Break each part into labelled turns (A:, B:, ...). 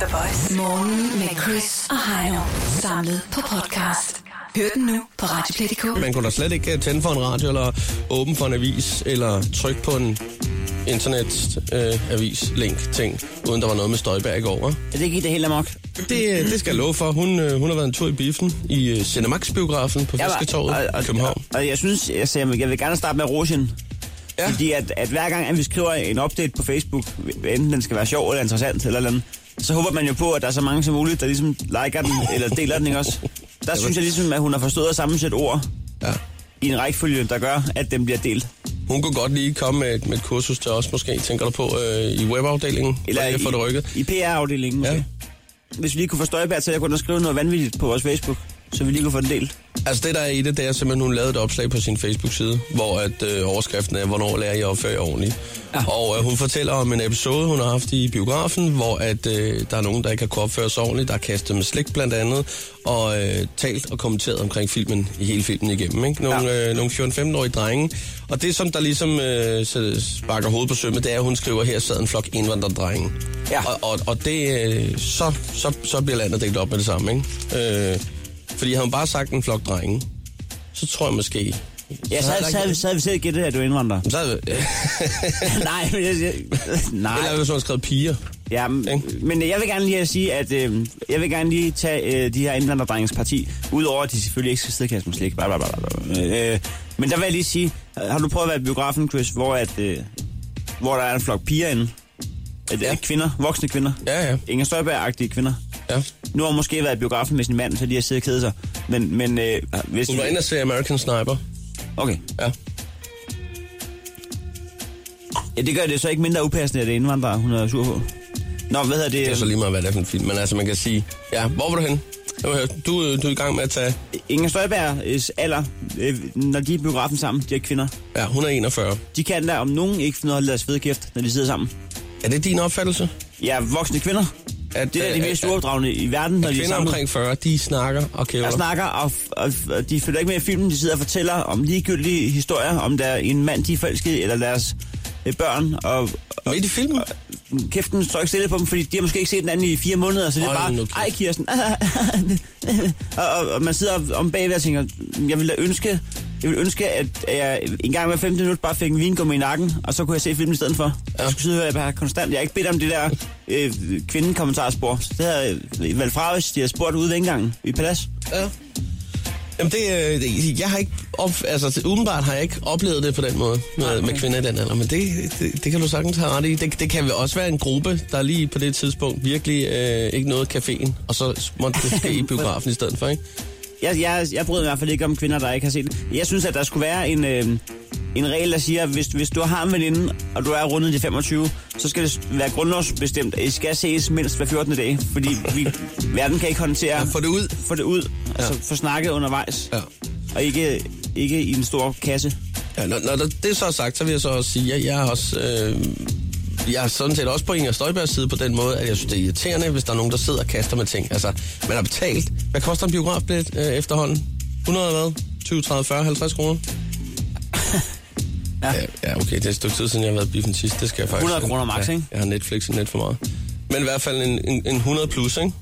A: The Voice.
B: Morgen med Chris og Heino. Samlet på podcast. Hør den nu på Radioplay.dk.
C: Man kunne da slet ikke øh, tænde for en radio, eller åbne for en avis, eller trykke på en internet-avis-link-ting, uden der var noget med Støjberg over.
D: Ja, det gik det helt amok.
C: Det, øh, det skal jeg love for. Hun, øh, hun har været en tur i biffen i øh, Cinemax-biografen på
D: var-
C: Fisketorvet i København.
D: Og, og jeg synes, jeg, siger, jeg vil gerne starte med Rosien.
C: Ja.
D: Ja. Fordi at, at hver gang, at vi skriver en update på Facebook, enten den skal være sjov eller interessant eller et eller andet, så håber man jo på, at der er så mange som muligt, der ligesom liker den eller deler den, ikke også? Der synes jeg ligesom, at hun har forstået at sammensætte ord
C: Ja.
D: i en rækkefølge, der gør, at den bliver delt.
C: Hun kunne godt lige komme med et, med et kursus til os, måske, tænker du på, øh, i webafdelingen, eller lige at få det rykket.
D: i, i PR-afdelingen måske.
C: Ja.
D: Ja. Hvis vi lige kunne få Støjberg til at gå ind og skrive noget vanvittigt på vores Facebook, så vi lige kunne få den delt.
C: Altså det, der er i det, det er simpelthen, hun lavede et opslag på sin Facebook-side, hvor at, øh, overskriften er, hvornår lærer jeg at opføre jer ordentligt. Ja. Og øh, hun fortæller om en episode, hun har haft i biografen, hvor at, øh, der er nogen, der ikke har kunnet opføre sig ordentligt, der er kastet med slik blandt andet, og øh, talt og kommenteret omkring filmen, i hele filmen igennem. Ikke? Nogle, ja. øh, nogle 14-15-årige drenge. Og det, som der ligesom øh, så sparker hovedet på sømmet, det er, at hun skriver, her sad en flok indvandrerdrenge.
D: Ja.
C: Og, og, og det, øh, så, så, så bliver landet delt op med det samme. Ikke? Øh, fordi havde hun bare sagt en flok drenge, så tror jeg måske...
D: Ja, så, så,
C: havde der
D: så, havde,
C: ikke-
D: vi- så havde vi selv gættet, at du er indvandrer.
C: så havde, øh,
D: nej, men jeg, jeg, nej.
C: eller hvis hun havde skrevet piger.
D: Ja,
C: Ikke?
D: men, men jeg vil gerne lige sige, at øh, jeg vil gerne lige tage øh, de her indvandrerdrengens parti, udover at de selvfølgelig ikke skal sidde og kaste med slik. Bla, bla, bla, bla, bla. Øh, men der vil jeg lige sige, øh, har du prøvet at være i biografen, Chris, hvor, at, øh, hvor der er en flok piger inde? At,
C: Ja.
D: ja. Kvinder, voksne kvinder.
C: Ja, ja.
D: Inger Støjberg-agtige kvinder.
C: Ja.
D: Nu har hun måske været i biografen med sin mand, så de har siddet og kedet sig. Men, men øh, hvis...
C: Hun var inde og se American Sniper.
D: Okay.
C: Ja.
D: Ja, det gør det så ikke mindre upassende, at det er indvandrere, hun er sur på. Nå, hvad hedder det?
C: Det er så lige meget, hvad det er for en film. Men altså, man kan sige... Ja, hvor var du hen? Du, øh, du er i gang med at tage...
D: Inger Støjbergs alder, øh, når de er i biografen sammen, de her kvinder,
C: Ja, 141.
D: de kan der om nogen ikke finde noget at holde deres fede kæft, når de sidder sammen.
C: Er det din opfattelse?
D: Ja, voksne kvinder.
C: At,
D: Det er da de
C: øh,
D: mest
C: at-
D: uopdragende i verden, når de er
C: Kvinder
D: sammen.
C: omkring 40, de snakker og kævler.
D: Jeg snakker, og, og, og de følger ikke med i filmen. De sidder og fortæller om ligegyldige historier, om der er en mand, de er forelskede, eller deres øh, børn. Og, og
C: Midt i filmen?
D: kæften står ikke stille på dem, fordi de har måske ikke set den anden i fire måneder, så det er
C: Hold nu
D: bare,
C: kæft.
D: ej Kirsten. og, og, og, man sidder om bagved og tænker, jeg ville da ønske, jeg ville ønske, at jeg en gang hver 15 minut bare fik en vingummi i nakken, og så kunne jeg se filmen i stedet for. Ja. Jeg skulle sidde og høre, bare konstant. Jeg har ikke bedt om det der øh, kvindekommentarspor. Det havde jeg valgt fra, hvis de havde spurgt ude dengang i Palads.
C: Ja. Jamen det, øh, det, jeg har ikke, op, altså udenbart har jeg ikke oplevet det på den måde med, med kvinder i den alder, men det, det, det kan du sagtens have ret i. Det, det kan vel også være en gruppe, der lige på det tidspunkt virkelig øh, ikke nåede caféen, og så måtte det ske i biografen i stedet for, ikke?
D: Jeg, jeg, jeg bryder mig i hvert fald ikke om kvinder, der ikke har set det. Jeg synes, at der skulle være en, øh, en regel, der siger, at hvis, hvis du har en veninde, og du er rundet de 25, så skal det være grundlovsbestemt, at I skal ses mindst hver 14. dag, fordi vi, verden kan ikke håndtere...
C: Ja, få det ud.
D: Få det ud, altså få snakket undervejs,
C: Ja.
D: og ikke, ikke i en stor kasse.
C: Ja, når, når det det så er sagt, så vil jeg så også sige, at jeg er også... Øh, jeg er sådan set også på Inger Støjbergs side på den måde, at jeg synes, det er irriterende, hvis der er nogen, der sidder og kaster med ting. Altså, man har betalt. Hvad koster en biografbillet øh, efterhånden? 100 hvad? 20, 30, 40, 50 kroner?
D: Ja.
C: ja. ja, okay. Det er et stykke tid siden, jeg har været i biffen sidst. Det skal jeg faktisk...
D: 100 kroner max,
C: ja,
D: ikke?
C: Jeg har Netflix og net for meget. Men i hvert fald en, en, en 100 plus, ikke?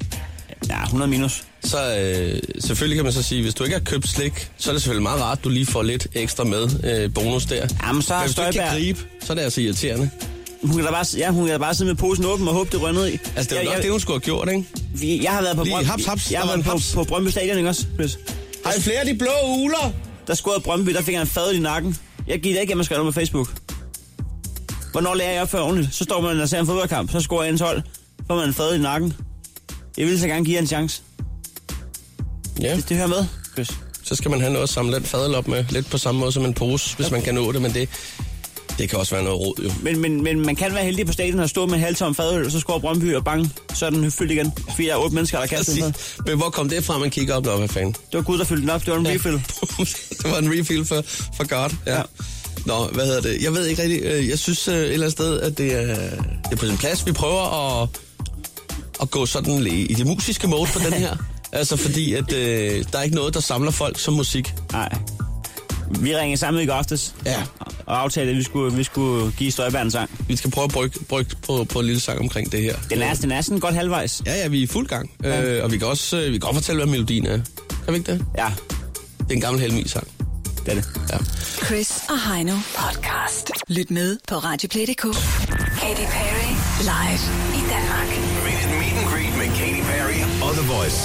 D: Ja, 100 minus.
C: så øh, selvfølgelig kan man så sige, hvis du ikke har købt slik, så er det selvfølgelig meget rart, at du lige får lidt ekstra med øh, bonus der.
D: Jamen, så er
C: Men hvis du ikke kan
D: Støjberg-
C: gribe, så er det altså irriterende.
D: Hun kan da bare, ja, hun kan da bare sidde med posen åben og håbe, det rønnede i.
C: Altså, det er jo
D: jeg,
C: nok
D: jeg,
C: det, hun skulle have gjort, ikke?
D: jeg, jeg har været på,
C: Lige
D: Brøndby,
C: haps, haps,
D: jeg
C: der
D: har
C: var en
D: været på,
C: haps.
D: på Brøndby Stadion, ikke også? Chris?
C: Har I flere af de blå uler?
D: Der scorede Brøndby, der fik han fadet i nakken. Jeg gik da ikke hjem og skrev noget på Facebook. Hvornår lærer jeg opføre ordentligt? Så står man og ser en fodboldkamp, så scorer jeg en 12. Får man en fadet i nakken. Jeg ville så gerne give jer en chance.
C: Ja,
D: Det, det hører med, Chris.
C: så skal man have noget at samle den fadel op med. Lidt på samme måde som en pose, hvis man kan nå det, men det, det kan også være noget råd, jo.
D: Men, men, men man kan være heldig på stadion og stå med en halvtom fadøl, så scorer Brøndby og bang, så er den fyldt igen. Fordi der er otte mennesker, der kaster den fad.
C: Præcis. Altså, Men hvor kom det fra, man kigger op? Nå, hvad fanden?
D: Det var Gud, der fyldte den op. Det var en refill.
C: det var en refill for, for God, ja. ja.
D: Ja.
C: Nå, hvad hedder det? Jeg ved ikke rigtigt. øh, Jeg synes øh, et eller andet sted, at det er, det er på sin plads. Vi prøver at, at gå sådan lidt i det musiske mode på den her. altså fordi, at øh, der er ikke noget, der samler folk som musik.
D: Nej. Vi ringede sammen i går aftes.
C: Ja.
D: og aftalte, at vi skulle, vi skulle give Støjberg en sang.
C: Vi skal prøve at brygge, brygge på, på en lille sang omkring det her.
D: Den er, den er sådan godt halvvejs.
C: Ja, ja, vi er i fuld gang. Ja. Øh, og vi kan også øh, vi kan godt fortælle, hvad melodien er. Kan vi ikke det?
D: Ja,
C: Det er en gammel Helmi-sang.
D: det er det.
C: Ja.
B: Chris og Heino podcast. Lyt med på Radioplay.dk. Katy Perry live i Danmark.
A: Meet and greet med Katy Perry og The Voice.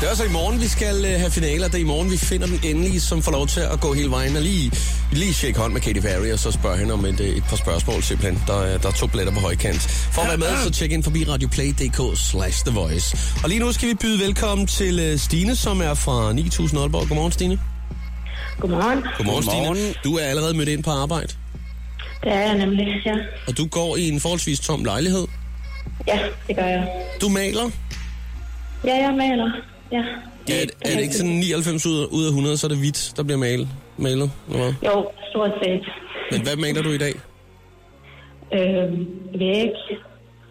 C: Det er altså i morgen, vi skal øh, have finaler. Det er i morgen, vi finder den endelige, som får lov til at gå hele vejen. Og lige, lige shake hånd med Katy Perry, og så spørge hende om et, øh, et par spørgsmål simpelthen. Der, er- der er to billetter på højkant. For at være med, så tjek ind forbi radioplay.dk slash The Voice. Og lige nu skal vi byde velkommen til øh, Stine, som er fra 9000 Aalborg. Godmorgen, Stine.
E: Godmorgen.
C: Godmorgen, Stine.
D: Godmorgen.
C: Du er allerede mødt ind på arbejde,
E: Det er jeg nemlig, ja.
C: og du går i en forholdsvis tom lejlighed.
E: Ja, det gør jeg.
C: Du maler.
E: Ja, jeg maler. Ja.
C: Er, er det ikke sådan 99 ud ud af 100, så er det hvidt, der bliver malet? malet eller hvad?
E: Jo, stort set.
C: Men hvad maler du i dag?
E: Øh, væg.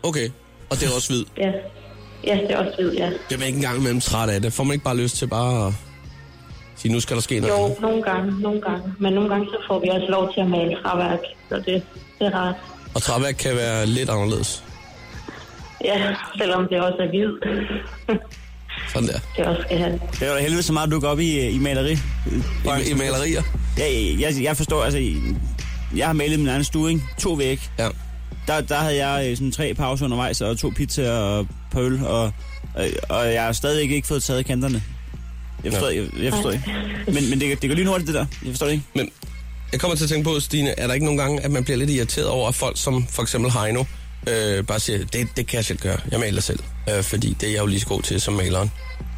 C: Okay, og det er også hvid.
E: Ja. Ja, det er også hvid, ja.
C: Bliver man ikke engang imellem træt af det? Får man ikke bare lyst til bare at sige, nu skal der ske noget?
E: Jo,
C: andet?
E: nogle gange, nogle gange. Men nogle gange, så får vi også lov til at male træværk, så det, det er rart.
C: Og træværk kan være lidt anderledes.
E: Ja, selvom det også er hvid.
C: Sådan der.
E: det også skal have.
D: Det er jo da helvede så meget, du går op i, øh, i maleri.
C: I, I malerier?
D: Jeg, jeg, jeg forstår, altså... Jeg har malet min egen stue, ikke? To væg.
C: Ja.
D: Der, der havde jeg øh, sådan tre pauser undervejs, og to pizzaer og et par øl, og, og, og jeg har stadig ikke fået taget kanterne. Jeg forstår, jeg, jeg forstår ikke. Men, men det, det går lige hurtigt, det der. Jeg forstår det ikke.
C: Men jeg kommer til at tænke på, Stine, er der ikke nogen gange, at man bliver lidt irriteret over, at folk som for eksempel Heino, øh, bare siger, det, det kan jeg selv gøre, jeg maler selv. Øh, fordi det er jeg jo lige så god til som maleren.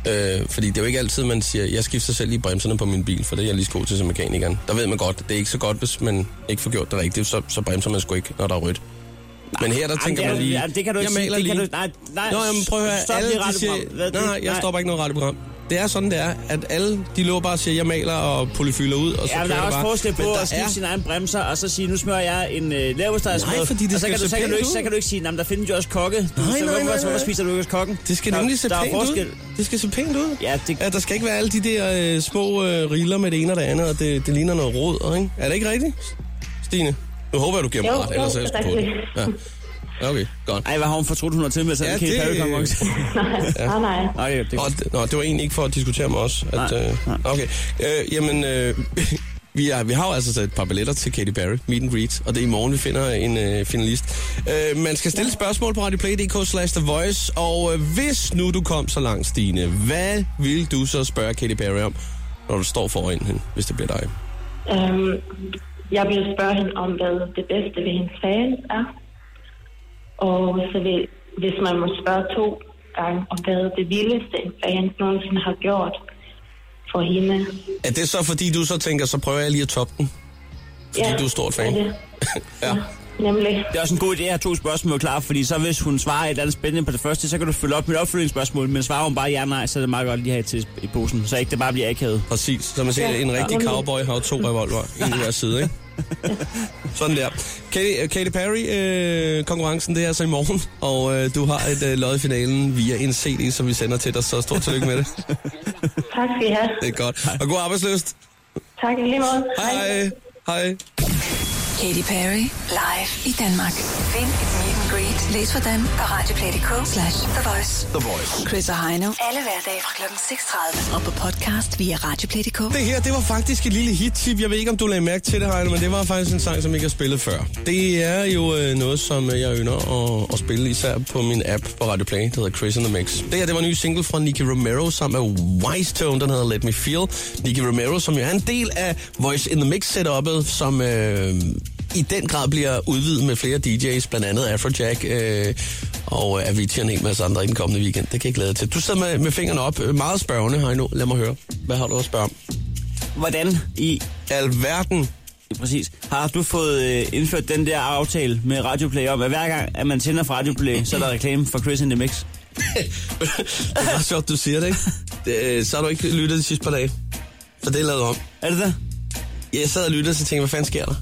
C: Øh, fordi det er jo ikke altid, man siger, jeg skifter selv lige bremserne på min bil, for det er jeg lige så god til som mekanikeren. Der ved man godt, det er ikke så godt, hvis man ikke får gjort det rigtigt, så, så bremser man sgu ikke, når der er rødt. Men her der tænker
D: det, er-
C: man lige,
D: jamen, det kan du ikke
C: jeg
D: sige.
C: maler
D: det
C: lige.
D: Kan du, nej, nej,
C: Nå, jamen, prøv at høre,
D: stop
C: alle
D: lige
C: de siger...
D: radioprogrammet. Hvad-
C: Nej, nej, jeg stopper ikke noget radioprogram. Det er sådan, det er, at alle de lå bare og siger, jeg maler og polyfylder ud, og så
D: Ja, men der er
C: kører det
D: også
C: bare.
D: forskel
C: Men
D: på
C: der
D: at skifte
C: er-
D: er... sine egne bremser, og så sige, nu smører jeg en øh, leverpostejsbrød.
C: Nej, fordi det
D: og så
C: skal
D: kan,
C: jo
D: du, så,
C: se
D: kan du
C: pænt
D: ikke, så
C: ud.
D: kan du ikke sige, "Nå, men der findes jo også kokke.
C: Nej,
D: så,
C: nej,
D: hvorfor-
C: nej,
D: Hvorfor
C: nej.
D: spiser du ikke også kokken?
C: Det skal
D: der,
C: nemlig se
D: der er
C: pænt
D: forskel.
C: ud. Det skal se pænt ud.
D: Ja, det-
C: ja, der skal ikke være alle de der øh, små øh, riller med det ene og det andet, og det, det ligner noget rod, ikke? Er det ikke rigtigt, Stine? Nu håber jeg, du giver mig
E: Jo,
C: ret,
E: jo,
C: ellers er jeg
E: det er
C: sgu på det. Ja. Okay, godt.
D: Ej, hvad har hun fortrudt, hun har tilmeldt sig?
C: Ja,
D: Ja, det...
C: det-
E: Ja. Nej, Ah, nej.
D: Nej, det, det,
C: Nå, d- Nå, det var egentlig ikke for at diskutere med os. At,
D: Nej,
C: øh, okay. Øh, jamen, øh, vi, er, vi har jo altså sat et par billetter til Katy Perry, Meet and Greet, og det er i morgen, vi finder en øh, finalist. Øh, man skal stille spørgsmål på radioplay.dk slash The Voice, og øh, hvis nu du kom så langt, Stine, hvad vil du så spørge Katy Perry om, når du står foran hende, hvis det bliver dig?
E: Øhm, jeg vil spørge hende om, hvad det bedste ved hendes fans er. Og så vil, hvis man må spørge to gange om, hvad det vildeste en fan nogensinde har gjort for hende.
C: Er det så, fordi du så tænker, så prøver jeg lige at toppe den? Fordi du er stort fan.
E: er det.
C: Ja.
E: Nemlig.
D: det er også en god idé at have to spørgsmål klar, fordi så hvis hun svarer et eller andet spændende på det første, så kan du følge op med et opfølgningsspørgsmål, men svarer hun bare ja nej, så er det meget godt lige at have til i posen, så ikke det bare bliver akavet.
C: Præcis. Som man siger,
E: Ja.
C: en rigtig
E: Ja.
C: cowboy har jo to revolver, en i hver side, ikke? Sådan der. Katy, Katy Perry-konkurrencen, det er altså i morgen, og øh, du har et øh, lod i finalen via en CD, som vi sender til dig, så stort tillykke med det.
E: Tak skal I have.
C: Det er godt. Og god arbejdsløst.
E: Tak i lige måde.
C: Hej, hej. Hej.
B: Katy Perry live i Danmark. Vind et meet and greet. Læs hvordan på Radioplay.dk slash The Voice.
A: The Voice.
B: Chris og Heino. Alle hverdage fra kl. 6.30. Og på podcast via Radioplay.dk.
C: Det her, det var faktisk et lille hit-tip. Jeg ved ikke, om du lagde mærke til det, Heino, men det var faktisk en sang, som ikke har spillet før. Det er jo øh, noget, som øh, jeg ynder at, at spille, især på min app på Radio Play, der hedder Chris and the Mix. Det her, det var en ny single fra Nicky Romero sammen med Wise Tone, den hedder Let Me Feel. Nicky Romero, som jo er en del af Voice in the Mix setupet, som øh, i den grad bliver udvidet med flere DJ's, blandt andet Afrojack øh, og øh, Avicii og en hel masse andre i den kommende weekend. Det kan jeg glæde jer til. Du sidder med, med fingrene op, øh, meget spørgende, Heino. Lad mig høre. Hvad har du at spørge om?
D: Hvordan i
C: alverden.
D: Præcis. Har du fået øh, indført den der aftale med Radioplay om, at hver gang, at man tænder for Radioplay, så er der reklame for Chris in the Mix?
C: det er meget sjovt, du siger det, ikke? Det, øh, så har du ikke lyttet de sidste par dage. For det er lavet om.
D: Er det det?
C: Jeg sad og lyttede, og så tænkte, jeg, hvad fanden sker der?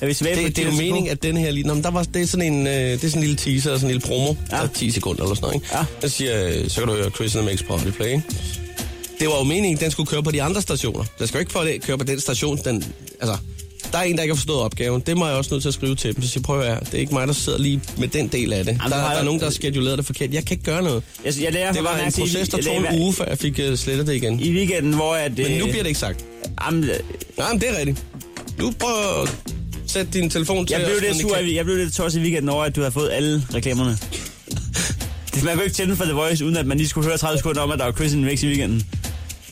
D: Er vi tilbage på
C: Det, det er jo
D: Tele2?
C: meningen, at den her lige... Nå, men der var, det, er sådan en, øh, det er sådan en lille teaser og sådan en lille promo.
D: Ja.
C: Ja. Der er 10 sekunder eller sådan noget, ikke?
D: Ja.
C: Jeg siger, øh, så kan du høre Chris and the Mix på Radio Play, ikke? det var jo meningen, den skulle køre på de andre stationer. Den skal jo ikke på det, køre på den station, den, altså, der er en, der ikke har forstået opgaven. Det må jeg også nødt til at skrive til dem. Så jeg prøver at høre, det er ikke mig, der sidder lige med den del af det. Jamen, der,
D: har
C: der,
D: jeg-
C: er nogen, der har scheduleret det forkert. Jeg kan ikke gøre noget.
D: Jeg, jeg lærer
C: Det var en proces, der tog en uge, før jeg fik øh, slettet det igen.
D: I weekenden, hvor at... øh,
C: Men nu bliver det ikke sagt.
D: Jamen,
C: Nej, men det er rigtigt. Du prøver at sætte din telefon til
D: jeg, blev
C: os,
D: lidt
C: men
D: sur,
C: kan-
D: i- jeg blev lidt tors i weekenden over, at du har fået alle reklamerne. Det- Man kunne ikke tænde for The Voice, uden at man lige skulle høre 30 sekunder om, at der var Chris in the Mix i weekenden.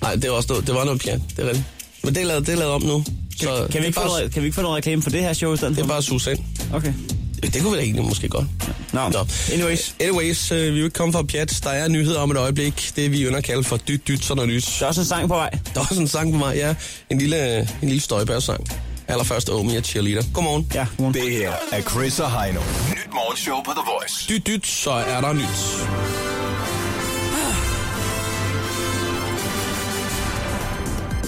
C: Nej, det var, også noget, det var noget pjat. Det er rigtigt. Men det er lavet, det er lavet om nu. Så
D: Kan
C: det
D: vi,
C: er
D: ikke få
C: bare,
D: noget, kan vi ikke få noget reklame for det her show i stedet
C: Det er
D: for?
C: bare at suge ind.
D: Okay.
C: Det kunne vi da egentlig måske godt.
D: Nå, anyways.
C: Anyways, øh, vi er jo ikke kommet fra pjat. Der er nyheder om et øjeblik. Det vi ynder at kalde for dyt, dyt, sådan noget nyt.
D: Der er også en sang på vej.
C: Der er også en sang på mig, ja. En lille, en lille støjbær-sang. Allerførst Omi og Cheerleader. Godmorgen.
D: Ja, godmorgen.
A: Det her er Chris og Heino. Nyt morgenshow på The Voice.
C: Dyt, dyt, så er der nyt.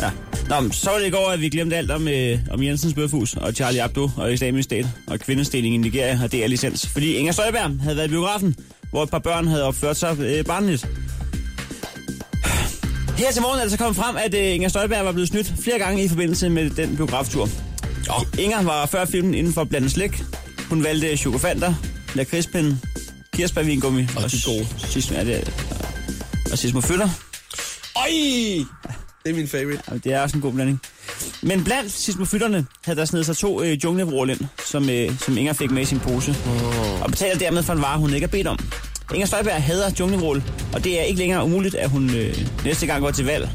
D: Ja. Nå, men så var det i går, at vi glemte alt om, øh, om Jensens bøfhus, og Charlie Abdo, og islamisk stat, og kvindestilling i Nigeria, og det er licens. Fordi Inger Støjberg havde været i biografen, hvor et par børn havde opført sig øh, barnligt. Her til morgen er det så kommet frem, at øh, Inger Støjberg var blevet snydt flere gange i forbindelse med den biograftur.
C: Jo.
D: Inger var før filmen inden for blandet slik. Hun valgte chokofanter, lakridspinde, kirsebærvingummi
C: Og de gode.
D: sis- ja, det er- og sismofytter.
C: Oj! Det er min favorite.
D: Jamen, det er også en god blanding. Men blandt sismofytterne havde der snedet sig to øh, junglevroer ind, som, øh, som Inger fik med i sin pose. Oh. Og betaler dermed for en vare, hun ikke har bedt om. Inger Støjberg hader junglevrål, og det er ikke længere umuligt, at hun øh, næste gang går til valg.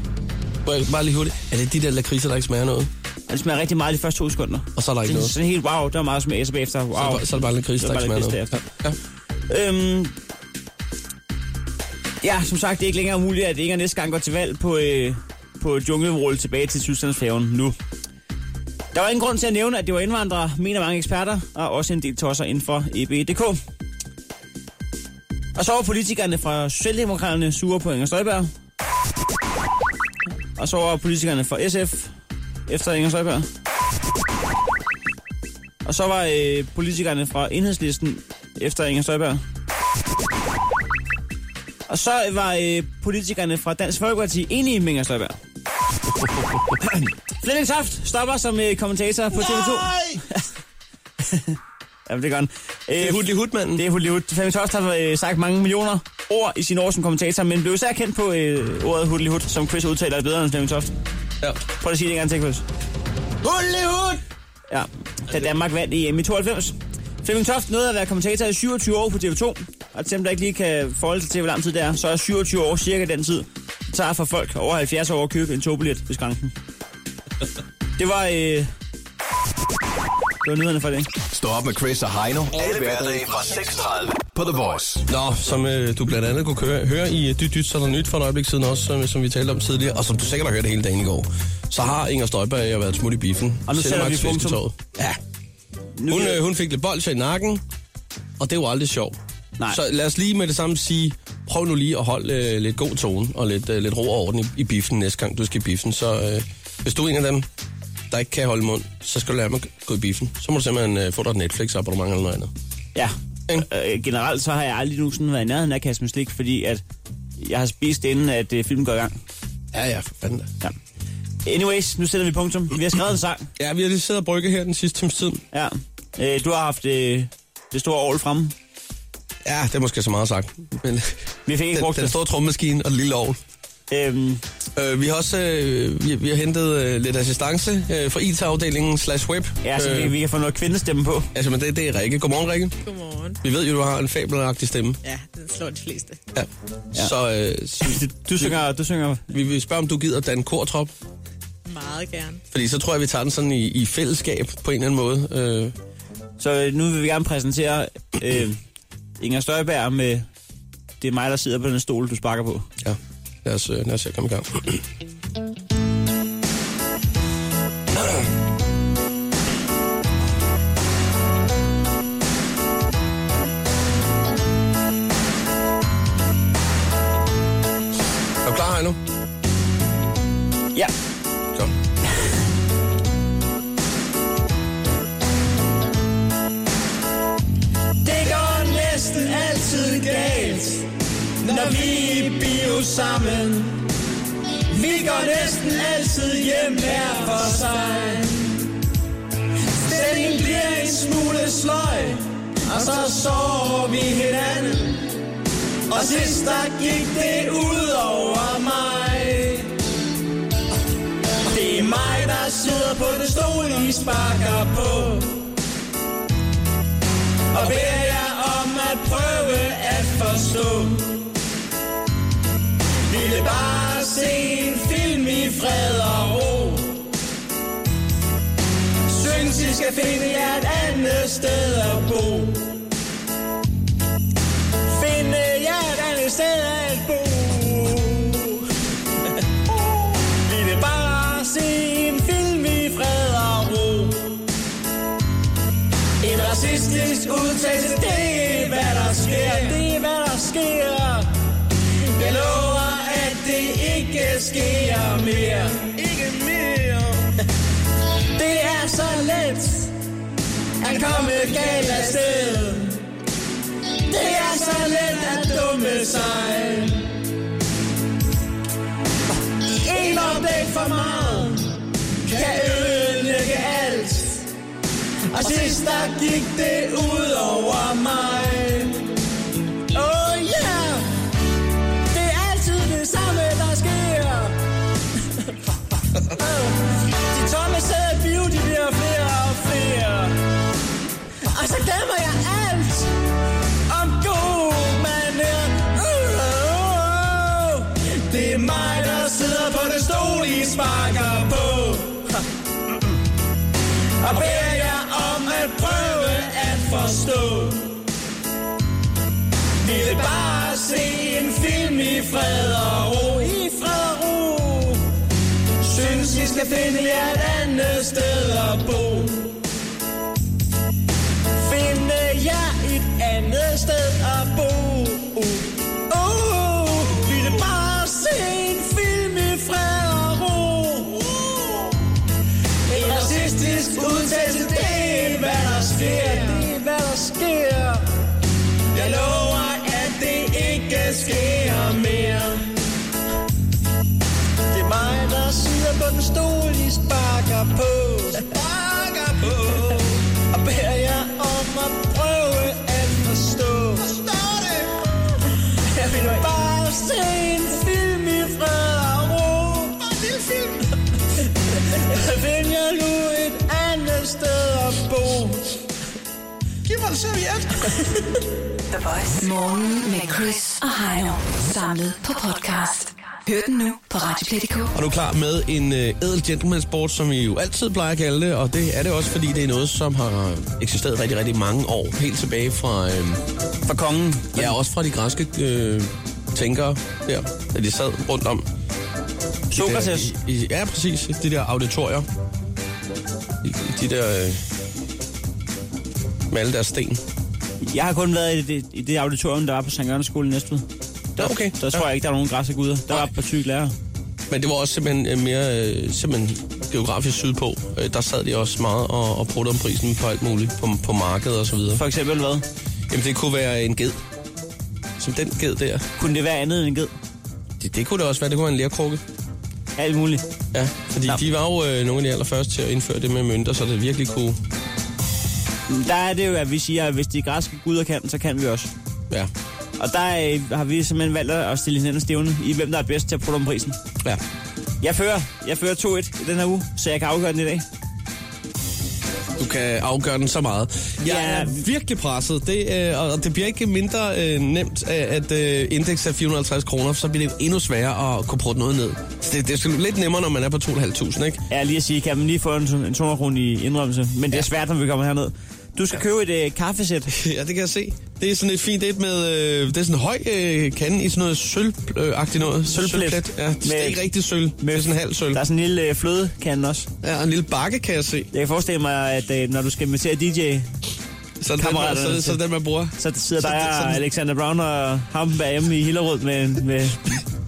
C: Må jeg bare lige hurtigt. Er det de der lakridser, der ikke smager noget?
D: Og det smager rigtig meget de første to sekunder.
C: Og så er der ikke
D: det er
C: noget.
D: sådan helt wow, der er meget smag, og så bagefter wow.
C: Så er det bare- så er det bare lakrids,
D: Så
C: der
D: er
C: ikke
D: det
C: smager
D: bare
C: noget.
D: lakrids
C: Ja.
D: Øhm, ja, som sagt, det er ikke længere umuligt, at Inger næste gang går til valg på, øh, på junglerulle tilbage til Tysklandsfærgen nu. Der var ingen grund til at nævne, at det var indvandrere, mener mange eksperter, og også en del tosser inden for E EB.dk. Og så var politikerne fra Socialdemokraterne sure på Inger Støjberg. Og så var politikerne fra SF efter Inger Støjberg. Og så var øh, politikerne fra enhedslisten efter Inger Støjberg. Og så var øh, politikerne fra Dansk Folkeparti enige med Inger Støjberg. Flemming Toft stopper som øh, kommentator på TV2. Jamen, det gør han. Øh,
C: Det er Hudli Hudmanden.
D: det er Hudlihut. Flemming Toft har øh, sagt mange millioner ord i sine år som kommentator, men blev især kendt på øh, ordet Hudlihut, som Chris udtaler er bedre end Flemming Toft.
C: Ja.
D: Prøv at sige det en gang til, Chris.
C: Hudli Hud!
D: Ja, da
C: Altså-
D: Danmark vandt EM i 92. Flemming Toft nåede at være kommentator i 27 år på TV2, og til dem, der ikke lige kan forholde sig til, hvor lang tid det er, så er 27 år cirka den tid, det tager for folk over 70 år at købe en togbillet ved skranken. Det var, øh... Det var nyhederne for det.
A: Stå op med Chris og Heino. Alle hverdage fra 6.30 på The Voice.
C: Nå, som øh, du blandt andet kunne køre, høre i øh, Dyt Dyt, så er der nyt for et øjeblik siden også, som, som vi talte om tidligere, og som du sikkert har hørt hele dagen i går, så har Inger Støjberg og jeg været et smut i biffen.
D: Og nu sætter
C: Sjællands
D: vi punktum.
C: Fisketorvet. Ja.
D: Nu
C: Hun,
D: kan-
C: øh, hun fik lidt bolsje i nakken, og det var aldrig sjovt.
D: Nej.
C: Så lad os lige med det samme sige, prøv nu lige at holde øh, lidt god tone og lidt, øh, lidt ro og orden i, i biffen næste gang, du skal i biffen. Så øh, hvis du er en af dem, der ikke kan holde mund, så skal du lade mig gå i biffen. Så må du simpelthen øh, få dig et Netflix-abonnement eller noget andet.
D: Ja.
C: Ikke?
D: Øh, generelt så har jeg aldrig nogensinde været i nærheden af at kaste med slik, fordi at jeg har spist inden, at øh, filmen går i gang.
C: Ja, ja, for fanden da.
D: Ja. Anyways, nu sætter vi punktum. Vi har skrevet en sang.
C: Ja, vi har lige siddet og brygget her den sidste times tid.
D: Ja. Øh, du har haft øh, det store ovl fremme.
C: Ja, det er måske så meget sagt. Men
D: Vi fik ikke
C: den,
D: brugt
C: den
D: det.
C: store trommemaskine og den lille ovl.
D: Øhm,
C: Øh, vi har også øh, vi, vi har hentet øh, lidt assistance øh, fra IT-afdelingen slash web.
D: ja, så vi,
C: Øh,
D: vi kan få noget kvindestemme på.
C: Altså, men det, det er Rikke. Godmorgen, Rikke.
F: Godmorgen.
C: Vi ved jo, du har en fabelagtig stemme.
F: Ja, den slår de fleste.
C: Ja. ja. Så, øh, så
D: Du synger, du synger.
C: vi vil spørge, om du gider danne kortrop.
F: Meget gerne.
C: Fordi så tror jeg, vi tager den sådan i, i fællesskab på en eller anden måde. Øh,
D: Så øh, nu vil vi gerne præsentere øh, Inger Støjberg med... Det er mig, der sidder på den stol, du sparker på.
C: ja, lad os, øh, lad os se at komme i gang. Er du klar, Heino?
D: Ja.
C: Kom.
D: Det går næsten altid galt, når vi er i bio sammen.
G: de går næsten altid hjem hver for sig. Stemningen bliver en smule sløj, og så sover vi hinanden. Og sidst der gik det ud over mig. Det er mig, der sidder på den stol, I sparker på. Og beder jer om at prøve at forstå. Ville bare se en film i fred og ro Synes I skal finde jer et andet sted at bo Finde jer et andet sted at bo Ville bare se en film i fred og ro En racistisk udtalelse, det er hvad der sker Det er hvad der sker jeg lover, at det ikke sker mere. Ikke mere. Det er så let at komme galt afsted. Det er så let at dumme sig. En øjeblik for meget kan ødelægge alt. Og sidst der gik det ud over mig. Oh yeah! Det er altid det samme, der sker. de tomme sæder i bio, de bliver flere og flere. Og så glemmer jeg alt om god maner. Uh, Det er mig, der sidder på den stol, I sparker på. Og beder jer om at prøve at forstå ville bare se en film i fred og ro, i fred og ro. Synes vi skal finde jer et andet sted at bo. Finde jer et andet sted at bo. Oh, ville bare se en film i fred og ro. En racistisk udtalelse, det er hvad der sker. Det er hvad der sker. Jeg lover, at det ikke sker mere. Det er mig, der sidder på den stol, I sparker på. Sparker på. Og beder jer om at prøve at forstå. Forstår det. Jeg vil bare se en film i fred og ro. Bare en lille film. Vil jeg nu et andet sted at bo? Giv mig en serviet.
B: The Voice. Morgen med Chris og Heino. Samlet på podcast. Hør den nu på Radioplay.dk.
C: Og du er klar med en øh, ædel gentleman sport, som vi jo altid plejer at kalde det, og det er det også, fordi det er noget, som har eksisteret rigtig, rigtig mange år, helt tilbage fra, øh,
D: For kongen.
C: ja, også fra de græske øh, tænkere der, da de sad rundt om.
D: Sokrates.
C: I, i, ja, præcis, de der auditorier, I, i de der, øh, med alle deres sten.
D: Jeg har kun været i det, i det auditorium, der var på Sankt Jørgens skole i Næstved. Der,
C: Ja, okay.
D: der tror
C: Ja.
D: jeg ikke, der var nogen græsser guder. Der var et par tykke lærere.
C: Men det var også simpelthen øh, mere øh, simpelthen geografisk sydpå. Øh, der sad de også meget og, og brugte om prisen på alt muligt, på, på markedet og så videre.
D: For eksempel hvad?
C: Jamen, det kunne være en ged. Som den ged der.
D: Kunne det være andet end en ged?
C: Det, det kunne det også være. Det kunne være en lærkrukke.
D: Alt muligt.
C: Ja, fordi
D: Nå.
C: de var jo øh, nogle af de allerførste til at indføre det med mønter, så det virkelig kunne...
D: Men Der er det jo, at vi siger, at hvis de græske guder kan, så kan vi også.
C: Ja,
D: Og der øh, har vi simpelthen valgt at stille hinanden stævne i, hvem der er bedst til at prøve om prisen.
C: ja.
D: Jeg fører. Jeg fører 2-1 i den her uge, så jeg kan afgøre den i dag.
C: Du kan afgøre den så meget. Jeg
D: Ja.
C: er virkelig presset, det, øh, og det bliver ikke mindre øh, nemt, af, at øh, indeks er 450 kroner, så bliver det endnu sværere at kunne prøve noget ned. Så det, det er sgu lidt nemmere, når man er på 2.500, ikke?
D: Jeg er lige at sige, kan man lige få en, en 200 kroner i indrømmelse, men det er svært, når vi kommer herned. Du skal købe et øh, kaffesæt.
C: Ja, det kan jeg se. Det er sådan et fint et med, øh, det er sådan en høj øh, kande i sådan noget sølvagtigt noget.
D: Sølvplet.
C: Sølvplet, Ja, det
D: Med-
C: er ikke rigtig sølv. Med, det er sådan en halv sølv.
D: Der er sådan en lille øh, flødekande også.
C: Ja, og en lille bakke, kan jeg se.
D: Jeg kan forestille mig, at øh, når du skal invitere DJ,
C: Så er det den, man,
D: Kammeraterne
C: så, er det- så er det den, man bruger.
D: så sidder
C: Så
D: der
C: det-
D: og
C: sådan-
D: Alexander Brown og ham bag hjemme i Hillerød med... en- med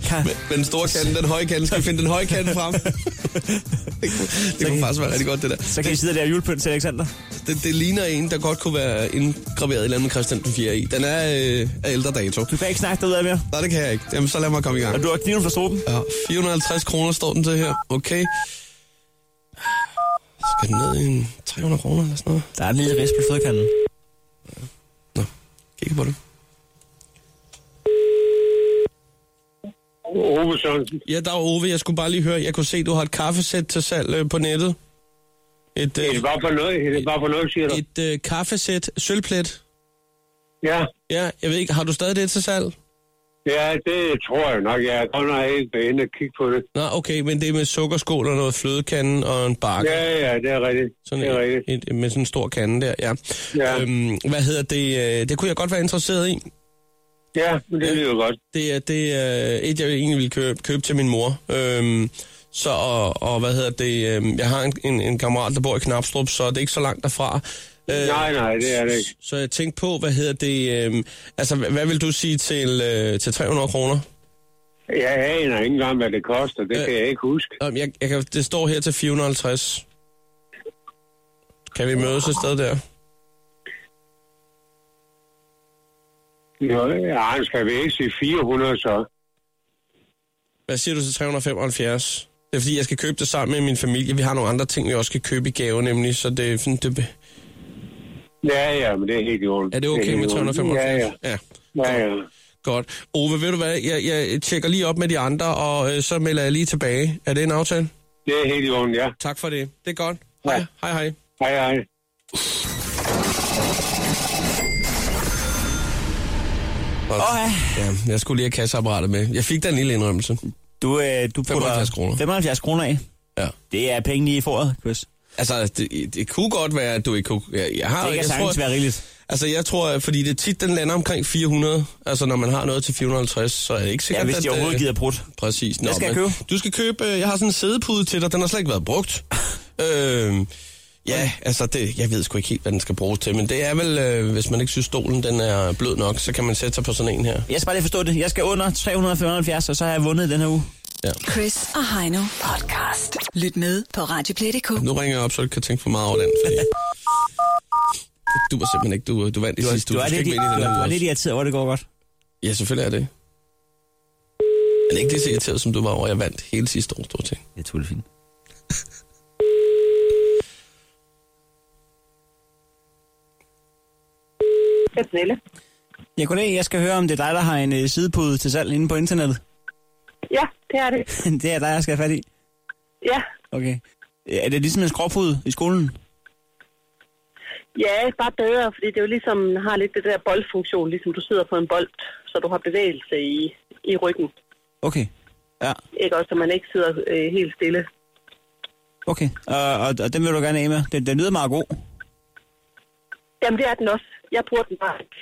D: ka-
C: Med, med den store kande, den høje kande. Skal vi finde den høje kande frem? det kunne, det kunne
D: kan-
C: faktisk være rigtig godt, det der.
D: så kan I sidde der og julepynt til Alexander.
C: Det, det ligner en, der godt kunne være indgraveret i et eller andet med Christian den 4. i. Den er øh, af ældre dato.
D: Du kan ikke snakke dig ud af mere.
C: Nej, det kan jeg ikke. Jamen, så lad mig komme i gang.
D: Og du har kniven for struben.
C: Ja, 450 kroner står den til her. Okay. Skal den ned i en 300 kroner eller sådan noget?
D: Der er en lille risp i fodkanten.
C: Nå, kigge på det.
H: Ove Sørensen.
C: Ja, der er Ove. Jeg skulle bare lige høre. Jeg kunne se, du har et kaffesæt til salg øh, på nettet. Et,
H: Det er
C: øh,
H: bare for noget, det er bare for noget, siger du.
C: et øh, kaffesæt, sølvplet.
H: Ja,
C: Ja, jeg ved ikke, har du stadig det til salg?
H: ja, det tror jeg nok. Jeg er godt nok ikke været inde og kigge på det.
C: Nej, okay, men det er med sukkerskål og noget flødekande og en bakke.
H: Ja, ja, det er rigtigt.
C: Sådan
H: det er rigtigt.
C: et, et, med sådan en stor kande der, ja.
H: Ja.
C: Øhm, hvad hedder det? øh, Det kunne jeg godt være interesseret i.
H: Ja, men det lyder godt.
C: Det er, det er et, jeg egentlig ville købe, købe til min mor. Øhm, så, og, og hvad hedder det? Øhm, jeg har en, en, en kammerat, der bor i Knapstrup, så det er ikke så langt derfra. Øh,
H: Nej, nej, det er det ikke.
C: Så jeg tænkte på, hvad hedder det? Øhm, altså, hvad, hvad vil du sige til, øh, til 300 kroner?
H: Jeg aner ikke engang, hvad det koster. Det
C: Øh.
H: kan jeg ikke huske.
C: Øhm, jeg, jeg kan, det står her til 450. Kan vi mødes et sted der?
H: Jo, ja, skal vi ikke sige 400 så?
C: Hvad siger du til 375? Det er fordi, jeg skal købe det sammen med min familie. Vi har nogle andre ting, vi også skal købe i gave, nemlig. Så det, er sådan, det
H: Ja, ja, men det er helt i orden.
C: er det
H: helt
C: okay
H: i
C: med
H: orden.
C: 375?
H: Ja, ja.
C: ja.
H: ja, ja.
C: Godt. Ove, ved du hvad? Jeg, jeg tjekker lige op med de andre, og øh, så melder jeg lige tilbage. Er det en aftale?
H: Det er helt i orden, ja.
C: Tak for det. Det er godt.
H: Ja.
C: Hej, hej, hej.
H: Hej, hej.
D: Åh, ja.
C: Ja, jeg skulle lige have kasseapparatet med. Jeg fik da en lille indrømmelse.
D: Du, øh, du putter
C: 75 kroner.
D: 75 kroner af.
C: Ja.
D: Det er penge lige i foråret, Chris.
C: Altså, det, det kunne godt være, at du ikke kunne... Jeg, jeg har,
D: Det kan
C: jeg
D: sagtens være rigeligt.
C: Altså, jeg tror, at- fordi det tit, den lander omkring 400. Altså, når man har noget til 450, så er det ikke sikkert,
D: Ja, hvis
C: at,
D: de overhovedet
C: øh,
D: gider brudt.
C: Præcis. Nå,
D: Hvad skal jeg
C: men-
D: købe?
C: Du skal købe... øh, Jeg har sådan en sædepude til dig. Den har slet ikke været brugt. øhm, ja, altså, det, jeg ved sgu ikke helt, hvad den skal bruges til. Men det er vel, øh, hvis man ikke synes, stolen den er blød nok, så kan man sætte sig på sådan en her.
D: Jeg skal bare lige forstå det. Jeg skal under 375, og så har jeg vundet den her uge.
B: Chris og Heino podcast. Lyt med på Radioplay.dk.
C: Nu ringer jeg op, så du ikke kan tænke for meget over den, fordi... Du var simpelthen ikke... Du, du vandt i
D: Du,
C: sidste
D: du,
C: uge.
D: er,
C: skal
D: lidt,
C: ikke
D: i-
C: vinde i den
D: du,
C: her
D: er,
C: uge
D: du er
C: også.
D: lidt irriteret over, at det går godt.
C: Ja, selvfølgelig er det. Men ikke lige så irriteret, som du var over, jeg vandt hele sidste år, stort set.
D: Jeg tror, det er fint.
E: Det er Pernille.
D: Jeg kunne jeg skal høre, om det er dig, der har en øh, sidepude til salg inde på internettet.
E: Ja, det er det.
D: det er dig, jeg skal have fat i.
E: Ja,
D: Okay. Er det ligesom en skråpude i skolen?
E: ja bare bedre, fordi det er jo ligesom, har lidt det der boldfunktion, ligesom du sidder på en bold, så du har bevægelse i, i ryggen.
D: Okay. Ja,
E: Ikke også, så man ikke sidder øh, helt stille.
D: okay. Og, og, og den vil du gerne af med. Den, den lyder meget god.
E: Jamen, det er den også. Jeg bruger den bare ikke.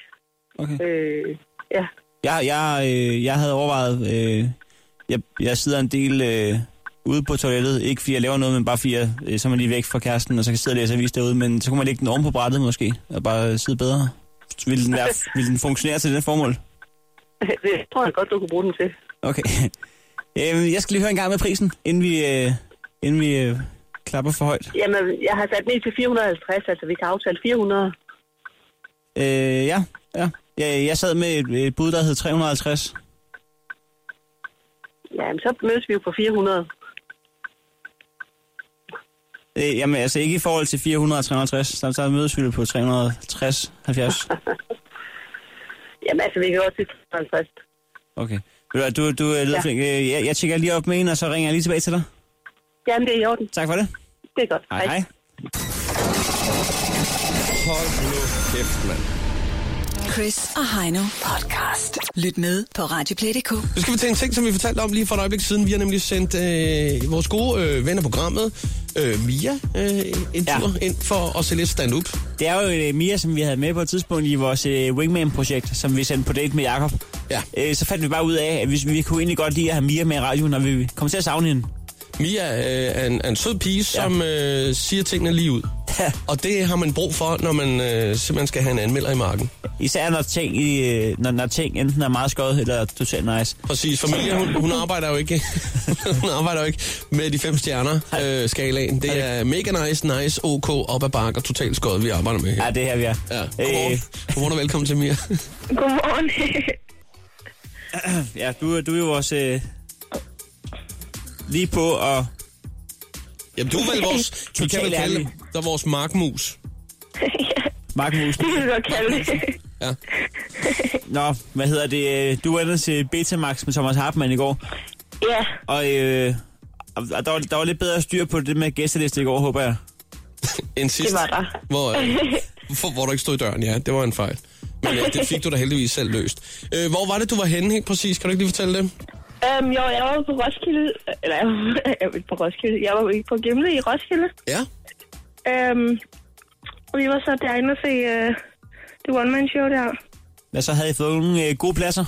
D: Okay.
E: Øh, ja.
D: Jeg, jeg, øh, jeg havde overvejet, øh, jeg, jeg sidder en del øh, ude på toilettet, ikke fordi jeg laver noget, men bare fordi jeg, øh, så er man lige væk fra kæresten, og så kan jeg sidde og læse avis derude, men så kunne man lægge den oven på brættet måske, og bare øh, sidde bedre. Vil den, være, vil den fungere til det formål?
E: Det tror jeg godt, du kunne bruge den til.
D: Okay. Øh, jeg skal lige høre en gang med prisen, inden vi, øh, inden vi øh, klapper for højt.
E: Jamen, jeg har sat ned til 450, altså vi kan aftale 400.
D: Øh, ja, ja. Jeg, jeg sad med et, et bud, der hed 350.
E: Jamen, så mødes vi jo på 400.
D: Øh, jamen altså ikke i forhold til 400 og 350, så, så mødes vi på 360, 70.
E: Jamen, altså, vi kan også til 350.
D: Okay. Ved du, hvad, du, du øh,
E: Ja.
D: lyder ja. flink. Øh, Jeg, jeg tjekker lige op med en, og så ringer jeg lige tilbage til dig.
E: Jamen, det er i orden.
D: Tak for det.
E: Det er godt.
D: Hej, hej.
C: Hold nu kæft, mand.
B: Chris og Heino podcast. Lyt med på Radioplay.dk.
C: Nu skal vi til en ting, som vi fortalte om lige for et øjeblik siden. Vi har nemlig sendt øh, vores gode øh, ven af programmet, øh, Mia, øh, en
D: Ja.
C: tur ind for at se lidt stand-up.
D: Det er jo øh, Mia, som vi havde med på et tidspunkt i vores øh, Wingman-projekt, som vi sendte på date med Jakob.
C: Ja.
D: Øh, så fandt vi bare ud af, at vi, vi kunne egentlig godt lide at have Mia med i radioen, og vi kom til at savne hende.
C: Mia øh, er, en, er en sød pige, som øh, siger tingene lige ud.
D: Ja.
C: Og det har man brug for, når man øh, simpelthen skal have en anmelder i marken.
D: Især når ting, i, øh, når, når ting enten er meget skøjet eller totalt nice.
C: Præcis, for Maria, hun, hun arbejder jo ikke hun arbejder jo ikke med de fem stjerner øh, skalaen. Det er mega nice, nice, ok, op ad bakke og totalt skåret, vi arbejder med her.
D: Ja, det er her, vi er.
C: Ja, godmorgen. Godmorgen og velkommen til Mia.
I: Godmorgen.
D: Øh, ja du, du er jo også øh, lige på at...
C: Jamen, du er vel vores, vi kan vel
D: Totalt
C: kalde
D: ærlig.
C: der er vores markmus.
D: Mark Musen.
I: det kan vi godt kalde det.
C: Ja.
D: Nå, hvad hedder det? øh, Du var inde til Betamax med Thomas Hartmann i går,
I: Ja,
D: og, øh, og og der, var, der var lidt bedre styr på det med gæsteliste i går, håber jeg.
C: En sidst,
I: det var der.
C: Hvor, øh, for, hvor du ikke stod i døren, ja, det var en fejl. Men øh, det fik du da heldigvis selv løst. Øh, hvor var det, du var henne helt præcis? Kan du ikke lige fortælle det?
I: Øhm, jo, jeg var på Roskilde. Eller, jeg var, jeg var ikke på Roskilde. Jeg var ikke på Gimle i Roskilde.
C: Ja.
I: Øhm, og vi var så derinde og se øh, det one-man-show der.
D: Hvad så, havde I fået nogle øh, gode pladser?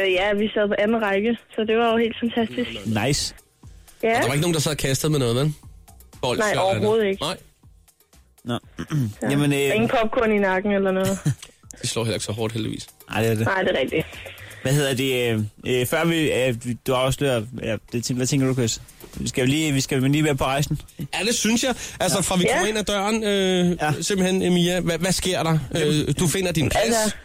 I: Øh, ja, vi sad på anden række, så det var jo helt fantastisk.
D: Nice.
I: Ja,
C: Der var ikke nogen, der sad kastet med noget, vel? Bold,
I: Nej,
C: fløjter.
I: overhovedet ikke.
C: Nej,
D: Nå. Jamen,
I: der er
D: øh,
I: ingen popcorn i nakken eller noget.
C: de slår heller ikke så hårdt, heldigvis.
D: nej, det er det.
I: Nej, det er rigtigt.
D: Hvad hedder det? Øh, øh, før vi, øh, vi- du afslører... Ja, det, tænker- hvad tænker du, Chris? Vi skal jo lige, vi skal jo lige være på rejsen.
C: Ja, det synes jeg. Altså, fra vi kommer
I: Ja.
C: ind ad døren, øh, ja.
D: Ja.
C: simpelthen, øh, Mia, hvad, hvad sker der? Øh, du finder din plads.
I: Altså,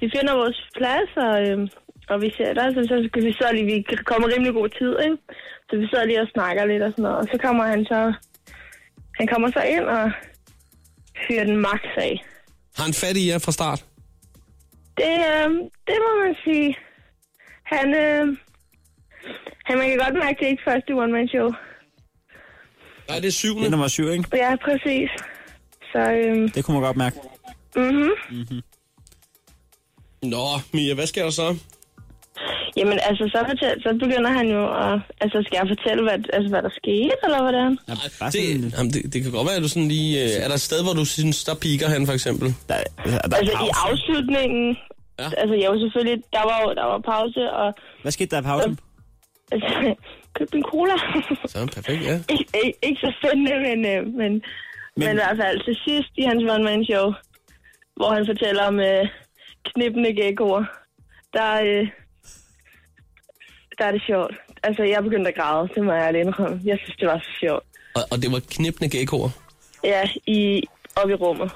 I: vi finder vores plads, og, øhm, og vi ser der, så, så skal vi så lige, vi kommer rimelig god tid, ikke? Så vi sidder lige og snakker lidt og sådan noget, og så kommer han så, han kommer så ind og fyrer den max af.
C: Har han fat i jer fra start?
I: Det, øh, det må man sige. Han, øh, han, man kan godt mærke, det er ikke første one-man-show.
C: Nej, det er
D: Det
C: syvende.
D: er nummer syv, ikke?
I: Ja, præcis. Så, øh,
D: Det kunne man godt mærke.
I: mhm.
C: Nå, Mia, hvad sker der så?
I: Jamen, altså, så, fortæl, så begynder han jo at... Altså, skal jeg fortælle, hvad, altså, hvad der skete, eller hvordan?
D: Ja, bare sådan,
C: Det, jamen, det, det kan godt være, at du sådan lige... Øh, er der et sted, hvor du synes, der piker han, for eksempel?
D: der, der, der,
I: Altså,
D: er
I: i
D: pause.
I: afslutningen...
C: Ja.
I: Ja. Altså, jeg var selvfølgelig... Der var, jo- der var pause, og...
D: Hvad skete der i pausen?
I: Altså, købte en cola.
C: Så, perfekt, ja.
I: ikke, ikke, ikke så spændende, men, øh, men, men... Men i hvert fald til sidst i hans One Man Show, hvor han fortæller om øh, knippende geckoer, der, øh, der er det sjovt. Altså, jeg begyndte at græde, det må jeg ærligt indrømme. Jeg synes, det var så sjovt.
C: Og, og det var knæppende geckoer.
I: Ja, i, op i rummet.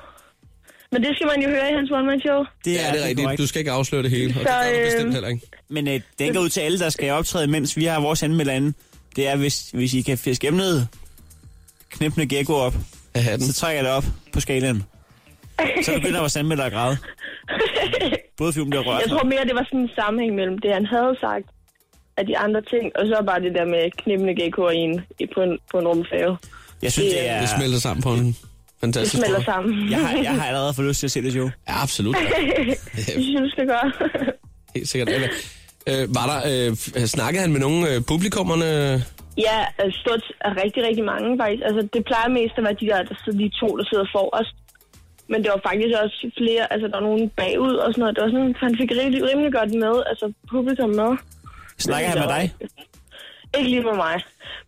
I: Men det skal man jo høre i hans one-man-show.
C: Ja, det er rigtigt.
D: korrekt.
C: Du skal ikke afsløre det hele, og det
I: Så,
C: gør du
I: øh,
C: bestemt heller ikke.
D: Men øh, den går ud til alle, der skal optræde, mens vi har vores anmelder inde. Det er, hvis, hvis I kan fiske emnet knæppende gecko op,
C: Af hatten.
D: så trækker jeg det op på skalaen. Så begynder vores anmelder at græde. Både filmen bliver rørt.
I: Jeg tror mere, det var sådan en sammenhæng mellem det, han havde sagt af de andre ting, og så bare det der med knippende geckoer i en, i, på, en, på en rumfave.
D: Jeg synes, det
C: Det
D: er...
C: smelter sammen på en
I: Det
C: fantastisk
I: smelter
C: måde.
I: sammen.
D: Jeg har, jeg har allerede fået lyst til at se det show.
C: Ja, absolut. Ja.
I: Det synes jeg, du skal gøre.
C: Helt sikkert. Eller, øh, var der, øh, f- snakkede han med nogle øh, publikummerne?
I: ja, altså, stort er rigtig, rigtig mange faktisk. Altså, det plejer mest at være de der, der sidder, de to, der sidder forrest. Men der var faktisk også flere, altså der var nogen bagud og sådan noget. Det var sådan, han fik rimelig, rimelig godt med, altså publikum med.
D: Snakker han med dig?
I: Ikke lige med mig.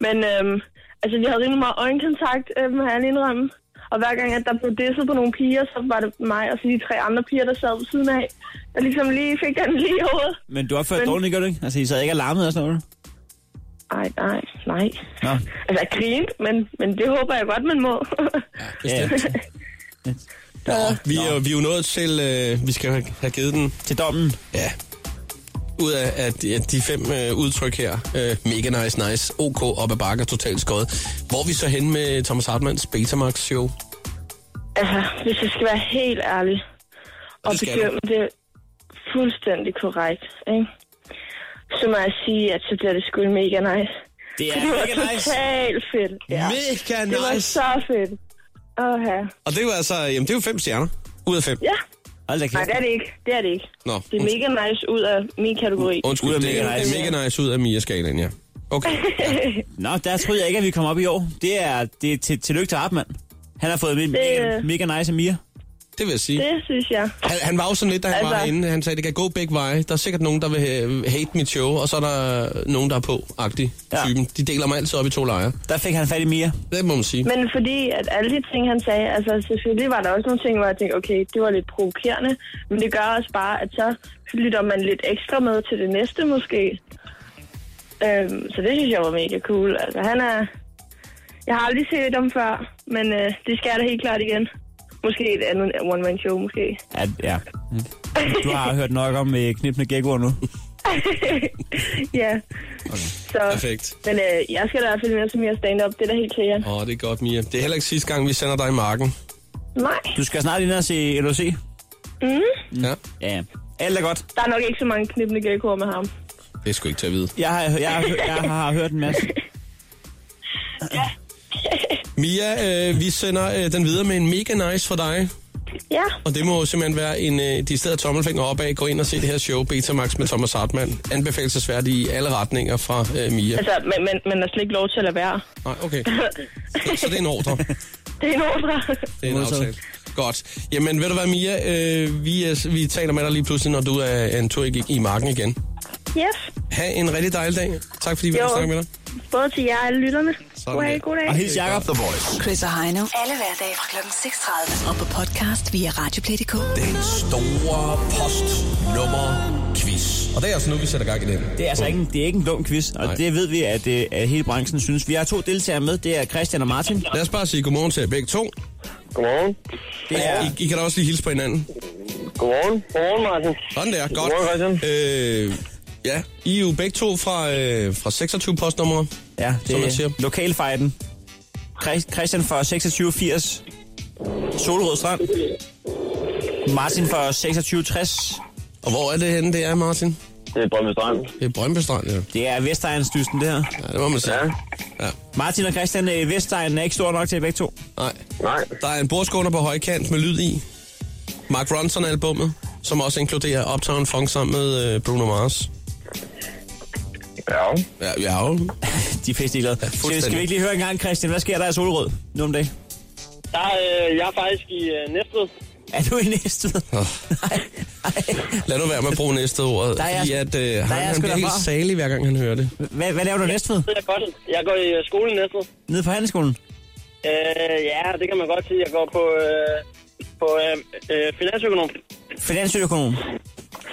I: Men øhm, altså, vi havde rimelig meget øjenkontakt, øh, må han indrømme. Og hver gang, at der blev disset på nogle piger, så var det mig og så de tre andre piger, der sad ved siden af. Der ligesom lige fik den lige i hovedet.
D: Men du opførte
I: Men-
D: dårligt, gør du ikke? Altså, I sad ikke alarmet og sådan noget?
I: Ej, nej, nej.
D: Nå,
I: Altså, jeg grinte, men, men det håber jeg godt, man må.
C: Bestemt. Nå, vi er, jo- vi er jo nået til, øh, vi skal have- have givet den,
D: til dommen.
C: ja, ud af at, at de fem øh, udtryk her, øh, mega nice, nice, ok, op ad bakker, totalt skåret. Hvor er vi så hen med Thomas Hartmanns Betamax show?
I: altså, hvis jeg skal være helt ærlig og
C: det skal du.
I: bedømme det fuldstændig korrekt, ikke? så må jeg sige, at så bliver det sgu mega nice.
D: Det er
I: Det var
D: mega nice.
I: totalt fedt. Ja.
C: Mega
I: Det var
C: nice!
I: så fedt. Åh, ja.
C: Og det er jo altså, jamen det er jo fem stjerner, ud af fem.
I: Ja.
D: Hold da
I: Nej,
D: kæft.
I: det er det ikke. Det er det ikke.
C: Nå,
I: Det er mega nice ud af min kategori.
C: Undskyld,
D: Ud af
C: det er,
D: mega
C: det er
D: nice.
C: mega nice ud af Mia-skalaen, ja. Okay,
D: Nå, der troede jeg ikke, at vi kom op i år. Det er, det er til, tillykke til Arpmann. Han har fået me-
I: Det,
D: mega,
I: øh,
D: mega nice af Mia.
C: Det vil jeg sige.
I: Det synes jeg.
C: Han, han var jo sådan lidt, da han altså...
I: Altså-
C: var herinde. Han sagde, det kan gå begge veje. Der er sikkert nogen, der vil ha- hate mit show, og så er der nogen, der er på-agtig
D: Ja.
C: ja. typen. De deler mig altid op i to lejre.
D: Der fik han fat i Mia.
C: Det må man sige. Men...
I: Men fordi, at alle de ting, han sagde, altså selvfølgelig var der også nogle ting, hvor jeg tænkte, okay, det var lidt provokerende, men det gør også bare, at så lytter man lidt ekstra med til det næste måske. Øhm, så det synes jeg var mega cool. Altså han er... Jeg har aldrig set ham før, men øh, det skal jeg da helt klart igen. Måske et andet one-man-show, måske.
D: Ja, ja. Du har hørt nok om øh, knipende geckoer nu.
I: ja. Okay. Så,
C: Perfekt.
I: men øh, jeg skal da i hvert fald med til mere stand-up, det er da helt sikkert.
C: Åh, det er godt, Mia. Det er heller ikke sidste gang, vi sender dig i marken.
I: Nej,
D: Du skal snart ind og se LOC.
I: mm,
C: Ja.
D: Ja. Alt er godt.
I: der er nok ikke så mange knippende geckoer med ham.
C: Det er sgu ikke til at vide.
D: Jeg har, jeg, har, jeg har hørt en masse.
C: Mia, øh, vi sender øh, den videre med en mega nice for dig.
I: Ja,
C: Og det må jo simpelthen være en øh, de steder tommelfinger opad. Gå ind og se det her show, Betamax med Thomas Hartmann. Anbefalesværdigt i alle retninger fra øh, Mia.
I: altså, men, men, men der er slet ikke lov til at lade være.
C: Nej, okay. Så, så det er en ordre.
I: Det er en ordre.
C: Det er en
D: Modtaget.
C: aftale. Godt. Jamen, ved du hvad, Mia? Øh, vi, er- vi taler med dig lige pludselig, når du er en tur i, i marken igen.
I: Yes,
C: Ha' en rigtig dejlig dag. Tak fordi vi
I: Jo.
C: har snakket med dig.
I: både til jer og alle lytterne. God dag,
C: der.
I: god dag.
D: Og hils Jacob.
A: The Voice.
B: Chris og Heino. Alle hverdage fra klokken 6.30. Og på podcast via Radioplay.dk.
A: Den store postnummer quiz.
C: Og det er altså nu, vi sætter gang i det.
D: Det er altså ikke, en- det er ikke en dum quiz, og
C: Nej.
D: Nej. det ved vi, at, øh, at hele branchen synes. Vi har to deltagere med, det er Christian og Martin.
C: Lad os bare sige godmorgen til jer begge to.
H: Godmorgen.
D: Det er,
C: I, I kan da også lige hilse på hinanden.
H: Godmorgen. Godmorgen, Martin.
C: Sådan der, godt.
H: Godmorgen, Christian.
C: Øh, ja, I er jo begge to fra, øh, fra 26 postnumre.
D: ja,
C: som man
D: det
C: siger.
D: er lokalfejden. Christ- Christian for 2680. Solrød Strand. Martin for 2660.
C: Og hvor er det henne, det er, Martin?
H: Det er Brøndby Strand.
C: Det er Brøndby Strand, ja.
D: Det er Vestegnsdysten, det her.
C: ja. det må man sige.
H: Ja.
C: ja.
D: Martin og Christian, øh, Vestegnen er ikke stor nok til jer begge to.
C: Nej.
H: Nej.
C: Der er en bordskåner på højkant med lyd i. Mark Ronson-albummet, som også inkluderer Uptown Funk sammen med øh, Bruno Mars.
H: Ja.
C: Ja, ja jo.
D: De er flest ligeglade. Skal,
C: fuldstændig.
D: skal vi ikke lige høre en gang, Christian, hvad sker der i Solrød nu om dagen?
J: Der, øh, jeg er faktisk i øh, Næstved.
D: Er du i Næstved?
C: Åh.
D: Nej, nej.
C: Lad nu være med at bruge næste ord,
D: Der er jeg-
C: fordi at, øh,
D: er
C: han,
D: jeg
C: han
D: sgu
C: bliver
D: derfra.
C: helt salig, hver gang han hører det.
D: Hvad, hvad laver du i Næstved?
J: Det er godt. Jeg går i øh, skole i Næstved.
D: Nede på handelsskolen?
J: Øh, ja, det kan man godt sige. Jeg går på, øh, på øh, øh, finansøkonom.
D: Finansøkonom?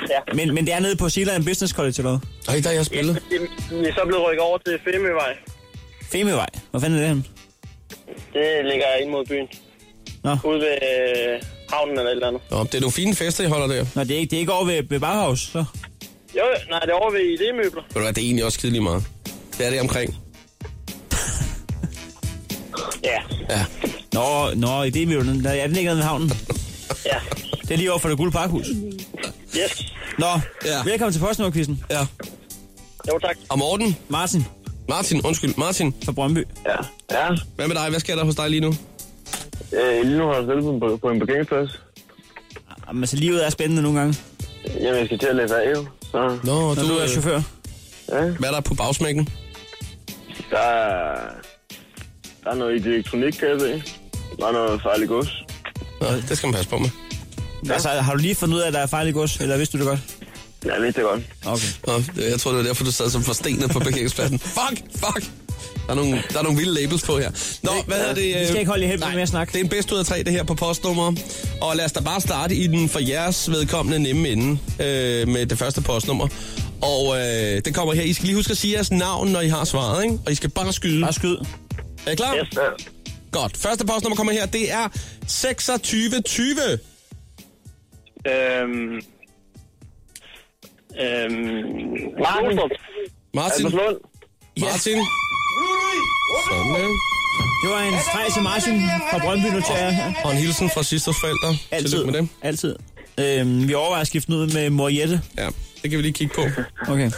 J: Ja.
D: Men, men det er nede på Sjælland Business College eller hvad?
C: Ej, der er jeg spillet.
J: Vi vi er så blevet rykket over til Femøvej.
D: Femevej. Hvor fanden er det henne?
J: Det ligger ind mod byen.
D: Nå.
J: Ude ved øh, havnen eller et eller andet.
C: Nå, det er nogle fine fester, I holder der.
D: Nå, det er ikke, det er ikke over ved, ved Bauhaus, så.
J: Jo, jo, nej, det er over ved ID-møbler.
C: Ved du hvad, det er egentlig også kedeligt meget. Det er det omkring.
J: Ja,
C: Ja,
D: Nå, nå i det miljøet. Nå, Ja, den ligger nede ved havnen.
J: ja.
D: Det er lige over for det gule parkhus.
J: Yes.
D: Nå,
C: Ja.
D: ja. velkommen til postnummerquizzen.
C: ja.
J: Jo, tak.
C: Og Morten,
D: Martin
C: Martin, undskyld, Martin.
D: fra Brøndby.
H: Ja. Ja.
C: Hvad med dig? Hvad sker der hos dig lige nu?
H: Øh, lige nu har jeg stillet på, på en parkeringsplads.
D: Jamen, altså, livet er spændende nogle gange,
H: Jamen, jeg skal til at læse af, jo. Så
C: Nå,
D: når du, du er
C: øh,
D: chauffør.
H: ja.
C: Hvad er der på bagsmækken?
H: Der er, der er noget elektronik, kan jeg se. Der er noget farligt gods.
C: Nå, det skal man passe på med.
D: Ja. Altså, har du lige fundet ud af, at der er fejl i gods, eller vidste du det godt?
H: Ja, jeg vidste det godt.
D: Okay.
C: Nå, øh, jeg tror, det var derfor, du sad som forstenet på parkeringspladsen. fuck, fuck. Der er, nogle, der er nogle vilde labels på her. Nå, hvad er det?
D: Vi skal
C: øh,
D: ikke holde i
C: nej,
D: helvede med at snakke.
C: Det er en bedst ud af tre, det her på postnummer. Og lad os da bare starte i den for jeres vedkommende nemme ende øh, med det første postnummer. Og øh, det kommer her. I skal lige huske at sige jeres navn, når I har svaret, ikke? Og I skal bare skyde.
D: Bare skyd.
C: Er I klar?
J: Yes.
H: Ja.
C: Godt. Første postnummer kommer her. Det er 2620.
J: Øhm, øhm, Martin. Altså,
C: Martin.
H: Albertslund.
C: Martin. Sådan, ja.
D: Det var en streg til Martin fra Brøndby, nu tager jeg.
C: Og en hilsen fra sidste forældre.
D: Altid.
C: Tillykke med det.
D: Altid. Øhm, vi overvejer at skifte den ud med mor Jette.
C: Ja, det kan vi lige kigge på.
D: Okay.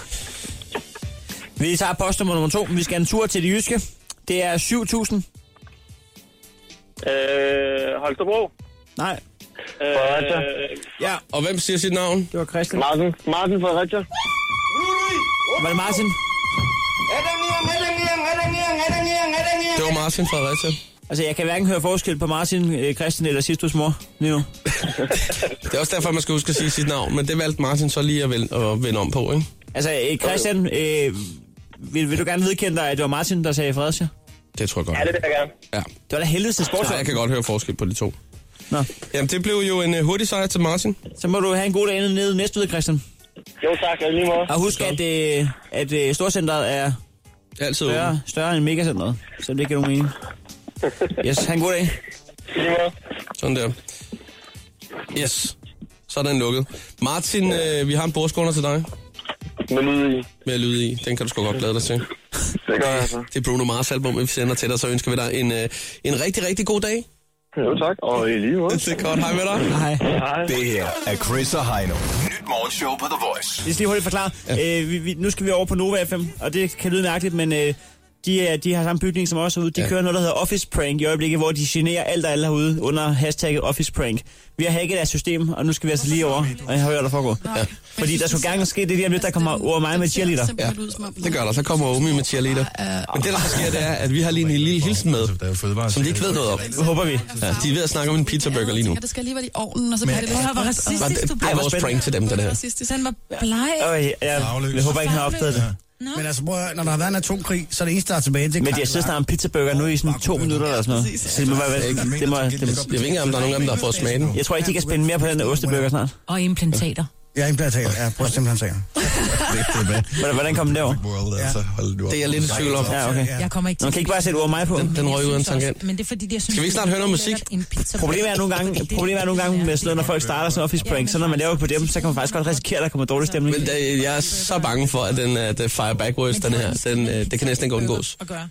D: Vi tager postnummer nummer to. Vi skal en tur til det jyske. Det er 7.000.
J: Øh, Holstebro.
D: Nej.
J: Øh,
D: Ja,
C: Og hvem siger sit navn?
D: det var Christian.
H: Martin. Martin Fredericia.
D: Var det Martin?
C: Det var Martin Fredericia.
D: Altså, jeg kan hverken høre forskel på Martin, øh, Christian eller Sistus mor lige nu.
C: Det er også derfor, man skal huske at sige sit navn, men det valgte Martin så lige at vende, at vende om på, ikke?
D: Altså, øh, Christian, øh, vil, vil du gerne vedkende dig, at det var Martin, der sagde Fredericia?
C: Det tror jeg godt.
D: Ja, det
J: vil jeg gerne.
C: Ja.
D: Det var da helvedes sportsvær.
C: Jeg kan godt høre forskel på de to.
D: Nå.
C: Jamen, det blev jo en øh, hurtig sejr til Martin.
D: Så må du have en god dag nede i Næstved, Christian.
J: Jo, tak. Jeg lige måde.
D: Og husk, at, øh, at øh, Storcenteret er
C: Altid
D: større, større end Megacenteret, så det giver nogen mening. Yes, have en god dag.
C: Sådan der. Yes. Så er den lukket. Martin, øh, vi har en bordskåner til dig.
H: Med lyd i.
C: Med lyd i. Den kan du sgu godt glæde dig til.
H: Det gør jeg altså.
C: Det er Bruno Mars album, vi sender til dig, så ønsker vi dig en, øh, en rigtig, rigtig god dag.
H: Jo, tak. Og i lige måde.
C: Det er godt. Hej med dig.
D: Hej.
A: Det her er Chris og Heino. Nyt morgenshow på The Voice.
D: Jeg skal lige hurtigt forklare. Ja. Øh, vi, vi, nu skal vi over på Nova FM, og det kan lyde mærkeligt, men øh, de, er, de har samme bygning som os herude. De
C: Ja.
D: ja. kører noget, der hedder Office Prank i øjeblikket, hvor de generer alt og alle herude under hashtagget Office Prank. Vi har hacket deres system, og nu skal vi altså lige over, og jeg har hørt, der foregår. Ja. Fordi der skulle gerne ske det lige om lidt, der kommer over mig med cheerleader.
C: Ja, det gør der. Så kommer Omi med cheerleader. Men det, der så sker, det er, at vi har lige en lille hilsen med, som de ikke ved noget om.
D: Det håber vi.
C: Ja, de er ved at snakke om en pizzaburger lige nu.
K: Ja, det skal alligevel i ovnen, og så
C: Men-
K: bliver det
C: Prøv
K: lidt...
C: at høre, hvor racistisk Var det- du blev. Ej, vores prank til dem, den
K: det
C: her.
K: Racistisk. Han var bleg.
D: Øj, jeg, jeg, jeg håber ikke, han har opdaget det.
L: Men altså, prøv, at høre, når der har været en atomkrig, så er det eneste, der er tilbage, det er
D: Men de har siddet og snakket om pizzaburger nu i sådan to minutter eller sådan noget. Så det må være... Det må, det må,
C: jeg ved ikke, om der er nogen af dem, der har fået smagen.
D: Jeg tror ikke, de kan spænde mere på den der osteburger snart.
K: Og implantater.
L: Ja, implantater. Ja, brystimplantater.
D: Hvordan- Hvordan kom den derover?
L: altså.
C: Det er jeg lidt i tvivl om.
D: Ja, okay.
K: Jeg kommer ikke
D: Man kan ikke bare sætte ord mig på.
C: Den, den røg ud af en tangent.
K: Men det er fordi, det, jeg synes,
C: Skal vi ikke snart høre noget musik?
D: Problemet er nogle gange, problemet er nogle gange med sådan noget, når folk starter sådan office prank, så når man laver på dem, så kan man faktisk godt risikere, at der kommer dårlig stemning.
C: Men da, jeg er så bange for, at den uh, det fire backwards, den her, den, uh, det kan næsten ikke undgås.
K: at gøre.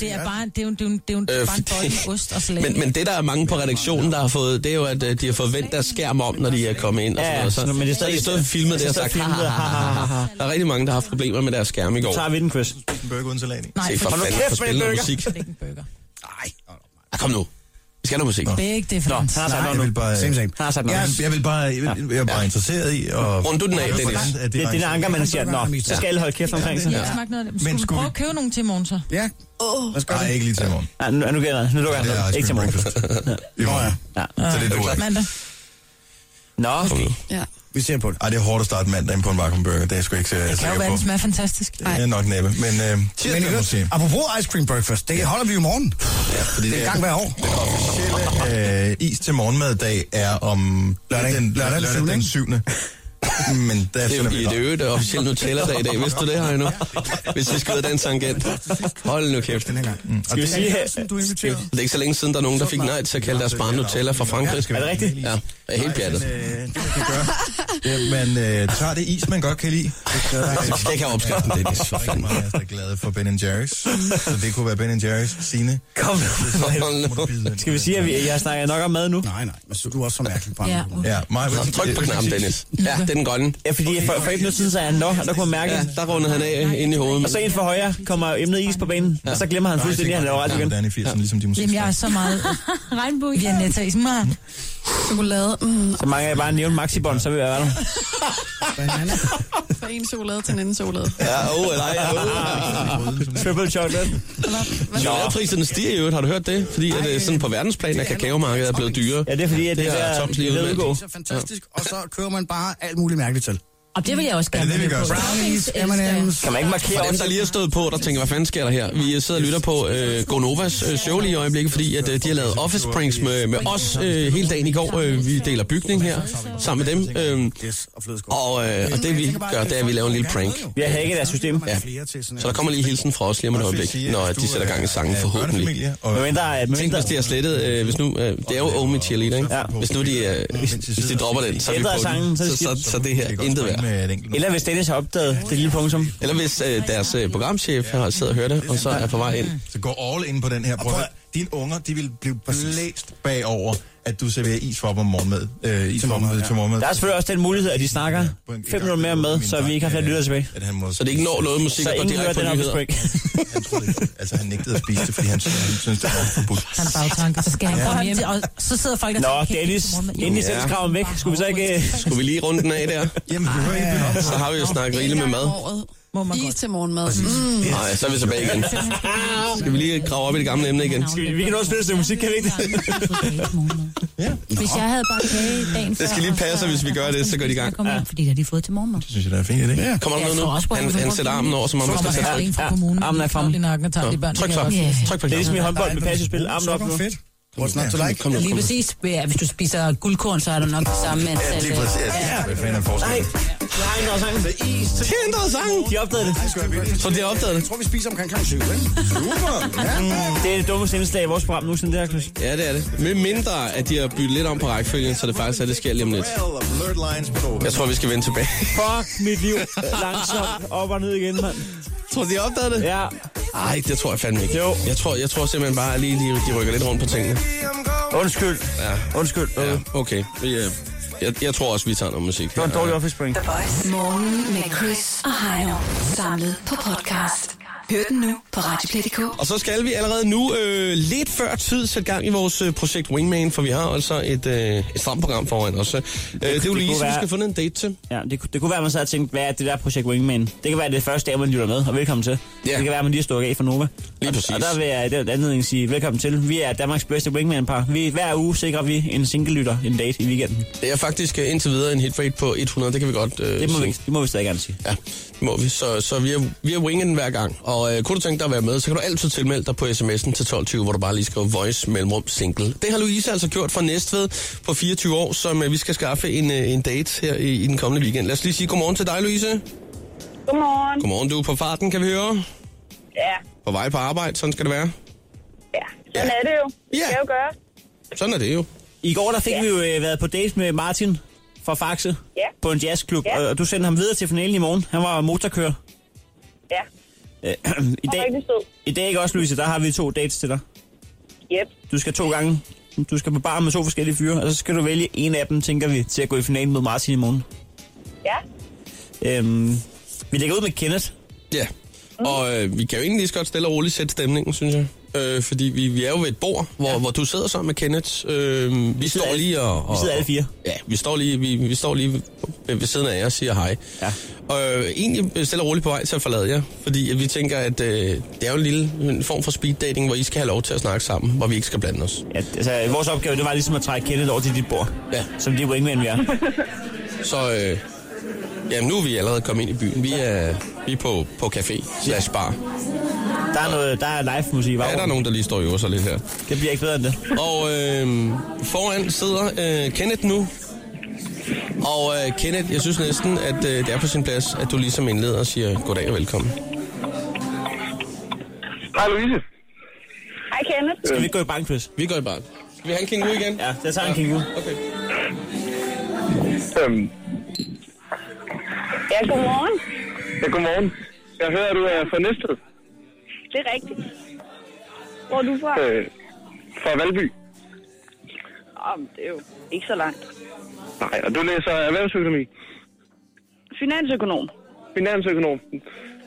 K: Det er bare det er jo, det er jo, det er jo
C: Øh,
K: bare en bold med ost og salat.
C: Men, men det, der er mange på redaktionen, der har fået, det er jo, at øh, de har fået vendt deres skærm om, når de er kommet ind. Og sådan
D: Ja,
C: noget. Så,
D: men det er
C: så har
D: stadig-
C: de stået og filmet det og
D: så
C: sagt,
D: filmet,
C: "Ha, ha, ha, ha, ha." Der er rigtig mange, der har haft problemer med deres skærm i går.
D: Så tager vi den, Chris.
M: En burger uden salat i.
K: Nej,
C: Se for
K: fordi-
C: fanden, for spiller musik.
K: Ikke en burger.
C: Ah, kom nu. Vi skal have noget musik.
K: Begge det er for
D: han har sagt
M: Nej,
D: noget
M: jeg
D: nu.
M: vil bare,
D: Same, same. Han har sagt noget.
M: Jeg, jeg vil bare, jeg, vil, jeg er bare interesseret i... Og,
C: Rund du den af, Dennis.
D: Det, det er den anker, man siger, nå, så skal alle holde kæft omkring sig.
K: Jeg har smagt noget af det. Skulle, vi
M: skulle
K: prøve at købe nogle til i morgen så?
L: Ja.
M: Nej, ikke lige til i morgen.
D: Ja, nu, nu gælder det. Nu lukker jeg
M: Det er
D: den.
M: ice
D: Ikke til
M: cream
D: morgen.
M: breakfast. I morgen.
D: Ja.
M: Så Ah, det duer ikke.
K: Mandag.
D: Nå,
K: Ja.
L: Vi ser på det.
M: Ej, det er hårdt at starte mandagen på en vacuum burger. Det er jeg sgu ikke så
K: Det kan jo
M: sikker
K: være,
M: på.
K: den smager fantastisk.
M: Det er nok næppe. Men øh,
L: Men i
M: tirsdag
L: øvrigt,
M: måske.
L: apropos ice cream breakfast, det holder vi jo i morgen.
M: Ja, fordi
L: Det er en gang hver år.
M: officielle øh, is til morgenmaddag er om
L: Lørdag.
M: den,
L: Lørdag den
M: lørdag, lørdag den 7. Men der
C: Det
M: finder vi
C: er det
M: nok.
C: øvrigt øh, officielt Nutella-dag i dag. Vidste du det, Heino? Hvis vi skal ud af den tangent. Hold nu kæft.
L: Den her gang.
M: Mm, og
D: skal vi
M: det-
D: sige,
L: Du er inviteret.
C: Det er ikke så længe siden, der er nogen, der fik nej til at kalde deres barn Nutella fra Frankrig.
D: er det rigtigt?
C: Ja, er helt pjattet.
M: Men, øh, det, man kan gøre, det er, at man øh, tager det is, man godt kan lide.
C: Vi skal ikke have opskriften, det er det så
M: Rigtig
C: fandme.
M: mange af os, der er glade for Ben Jerry's. Så det kunne være Ben Jerry's, Signe.
D: kom nu.
C: Hold nu.
D: Skal vi sige, at vi, jeg snakker nok om mad nu?
L: Nej, nej, men så- du er også så mærkelig på
K: Ja.
M: Ja, mig,
C: Så Tryk på knappen, Dennis. Ja, det er den grønne.
D: Ja, fordi for, for et minut siden sagde han nå, og der kunne man mærke
C: Ja,
D: det.
C: der rundede han af ind i hovedet.
D: Og så en for højre kommer emnet is på banen, og så glemmer han fuldstændig, at han laver ret igen.
M: Hvordan i 80'erne, ligesom de musik.
K: Jamen, jeg er så meget... Regnbue. Vi er netta i smart.
N: Chokolade. Mm,
D: Så mange af jer bare nævne maxibånd, så vil jeg være der.
N: fra en chokolade til en anden chokolade.
C: Ja, åh, eller ej.
D: Triple chocolate.
C: Chokoladepriserne stiger i øvrigt, har du hørt det? Fordi at, øh, sådan på verdensplan, at kakaomarkedet er blevet dyrere.
D: Ja, det er fordi, at det,
C: Det
D: det
C: har
D: der
C: Toms lige
D: Ledegård.
C: udmeldt.
L: Så fantastisk, og så kører man bare alt muligt mærkeligt til.
K: Og det vil jeg også
M: Er
K: gerne
M: det det, vi gør?
L: Brownies, M&M's.
D: Kan man ikke markere
C: Og dem,
D: om
C: der lige har stået på, der tænker, hvad fanden sker der her? Vi sidder og lytter på øh, Gonovas øh, show lige i øjeblikket, fordi at, øh, de har lavet office pranks med, med os øh, hele dagen i går. Øh, vi deler bygning her sammen med dem. Øh,
L: Yes, og flødeskål.
C: og, øh, og det vi gør, det er, at vi laver en lille prank.
D: Vi har hacket deres system.
L: Ja. Flere til sådan
C: Så der kommer lige hilsen fra os lige om et øjeblik, når de sætter gang i sangen forhåbentlig.
M: Og,
D: Men mindre, at men
C: Tænk,
D: mindre,
C: hvis de har slettet, øh, hvis nu, øh, det er jo Omi Cheerleader, ikke?
D: Ja.
C: Hvis nu de, øh, hvis, hvis de dropper den, så er vi
D: Ændrer
C: på den.
D: sangen, så er
C: Så,
D: det
C: så, så, det her intet værd.
D: eller hvis Dennis har opdaget det lille punktum.
C: Eller hvis øh, deres øh, programchef har siddet og hørt det, og så er på vej ind.
M: Så gå all in på den her. Prøv, at høre, dine unger, de vil blive blæst bagover, at du serverer is for dem om morgenmad. Øh, is for dem til morgenmad.
D: Der er selvfølgelig også den mulighed, at de snakker
M: På en- øh,
D: fem minutter mere med, så vi ikke har flere lyttere tilbage.
M: At han må,
C: Så det ikke når noget musik
D: Så
C: og går
D: ingen hører
C: direkte på
D: den her
C: nyheder.
D: break.
M: Han troede, det- altså, han nægtede at spise det, fordi han synes, han synes det var forbudt.
K: Han bagtanker, så skal han komme hjem, og så sidder folk der...
D: Nå,
K: tænker,
D: Dennis,
K: "Hey, morgenmad."
D: endelig sæt skraven væk. Skulle vi så ikke... øh,
C: Skulle vi lige runde den af der?
M: Jamen, du hører ikke det om.
C: Så har vi jo snakket rigeligt med mad.
O: Må man
P: Is
O: godt.
P: til morgenmad.
O: Mm.
C: Nej, så er vi tilbage igen. Skal vi lige grave op i det gamle emne igen?
D: Skal vi, vi kan også spille sådan musik, kan vi ikke
K: Hvis jeg havde bare kage dagen før...
C: Det skal lige passe, og hvis vi gør det, så går de i gang.
K: Kom ja. fordi det har de fået til morgenmad.
M: synes jeg, det er fint, ikke?
C: Ja. Kommer der noget nu? Han, han sætter armen over, som om man skal sætte tryk.
O: fra kommunen.
D: Armen er fremme.
O: I nakken og tager de børn.
C: Tryk så. Tryk på
D: Det er ligesom i håndbold med passespil. Armen op nu.
Q: Sukker er fedt. What's not to like?
C: Kom nu,
K: Lige
C: kom nu.
K: præcis. Ja, hvis du spiser guldkorn, så er du nok det samme med
M: Ja, lige præcis. Ja. Hvad fanden er
D: Nej,
M: forskellen?
D: nej, nå, sangen.
C: Det ændrede sangen.
D: De opdagede det.
C: Så de har opdaget det?
Q: Jeg tror, vi spiser omkring kl. 7, ikke? Super. Ja.
D: Det er det dummeste indslag i vores program nu, sådan det her, Chris.
C: Ja, det er det. Med mindre, at de har byttet lidt om på rækkefølgen, så det faktisk er, det sker lige om lidt. Jeg tror, vi skal vende tilbage.
D: Fuck mit liv. Langsomt op og ned igen, mand.
C: Tror du, de opdagede det?
D: Ja.
C: Ej, det tror jeg fandme ikke. Jo. Jeg tror, jeg tror simpelthen bare, at lige, lige, de rykker lidt rundt på tingene.
D: Undskyld.
C: Ja.
D: Undskyld.
C: Ja, okay. Vi, øh, Jeg, jeg tror også, vi tager noget musik. Det
D: var en dårlig office point.
B: Morgen med Chris og Heino. Samlet på podcast. Hør den nu på Radioplay.dk.
C: Og så skal vi allerede nu, øh, lidt før tid, sætte gang i vores øh, projekt Wingman, for vi har altså et, øh, et stramt program foran os. Øh, det, det er jo lige,
D: kunne
C: vi
D: være-
C: skal finde en date til.
D: Ja, det, kunne- det kunne være, at man sad og tænkte, hvad er det der projekt Wingman? Det kan være, det er første dag, man lytter med, og velkommen til.
C: Ja.
D: Det kan være, at man lige står af for Nova.
C: Lige
D: og,
C: præcis.
D: Og der vil jeg i den anledning sige velkommen til. Vi er Danmarks bedste Wingman-par. Vi, hver uge sikrer vi en single-lytter en date i weekenden.
C: Det er faktisk øh, indtil videre en hitrate på 100, det kan vi godt øh,
D: Det må, vi,
C: sige.
D: det må vi stadig gerne sige.
C: Ja, det må vi. Så, så vi, er, vi er wingen hver gang. Og øh, kunne du tænke dig at være med, så kan du altid tilmelde dig på sms'en til 12.20, hvor du bare lige skriver voice mellemrum single. Det har Louise altså gjort fra Næstved på 24 år, som øh, vi skal skaffe en, øh, en date her i, i den kommende weekend. Lad os lige sige godmorgen til dig, Louise.
N: Godmorgen.
C: Godmorgen, du er på farten, kan vi høre.
N: Ja,
C: På vej på arbejde, sådan skal det være.
N: sådan er det jo. Det skal jo gøre.
C: Sådan er det jo.
D: I går der fik ja. vi jo øh, været på date med Martin fra Faxe
N: Ja.
D: på en jazzklub, ja. og, og du sendte ham videre til finalen i morgen. Han var motorkører.
N: Ja,
D: Øh, I, dag,
N: rigtig sød.
D: I dag ikke også, Louise, der har vi to dates til dig.
N: Yep.
D: Du skal to gange. Du skal på bar med to forskellige fyre, og så skal du vælge en af dem, tænker vi, til at gå i finalen mod Martin i morgen.
N: Ja.
D: Øhm, vi lægger ud med Kenneth.
C: Ja,
D: Mm.
C: og øh, vi kan jo egentlig lige så godt stille og roligt sætte stemningen, synes jeg. Øh, fordi vi, vi er jo ved et bord, hvor, ja. hvor du sidder sammen med Kenneth. Øh, vi, vi står lige og, og...
D: Vi sidder alle fire.
C: Ja, vi står lige, vi, vi står lige ved, ved siden af jer og siger hej.
D: Ja.
C: Og øh, egentlig stille og roligt på vej til at forlade jer, fordi at vi tænker, at øh, det er jo en lille en form for speed dating, hvor I skal have lov til at snakke sammen, hvor vi ikke skal blande os.
D: Ja, altså, vores opgave, det var ligesom at trække Kenneth over til dit bord.
C: Ja.
D: Som de wingmen, vi er.
C: Så øh, ja, nu er vi allerede kommet ind i byen. Vi er, vi er på, på café slash bar.
D: Der er, noget, der er live musik i
C: Ja, der er nogen, der lige står og øver sig lidt her.
D: Det bliver ikke bedre end det.
C: Og øh, foran sidder øh, Kenneth nu. Og øh, Kenneth, jeg synes næsten, at øh, det er på sin plads, at du ligesom indleder og siger goddag og velkommen.
H: Hej Louise.
N: Hej, Kenneth.
H: Øh.
D: Skal vi ikke gå i bank, Chris?
C: Vi går i bar. Skal vi have en kænguru igen?
D: Ja, jeg tager en kænguru.
C: Okay.
H: Øhm,
N: Ja, godmorgen.
H: ja, godmorgen. Jeg hører, at du er fra Næstved.
N: Det er rigtigt. Hvor er du fra?
H: Øh, fra Valby.
N: Om, det er jo ikke så langt.
H: Nej, og du læser erhvervsøkonomi.
N: Finansøkonom.
H: Finansøkonom.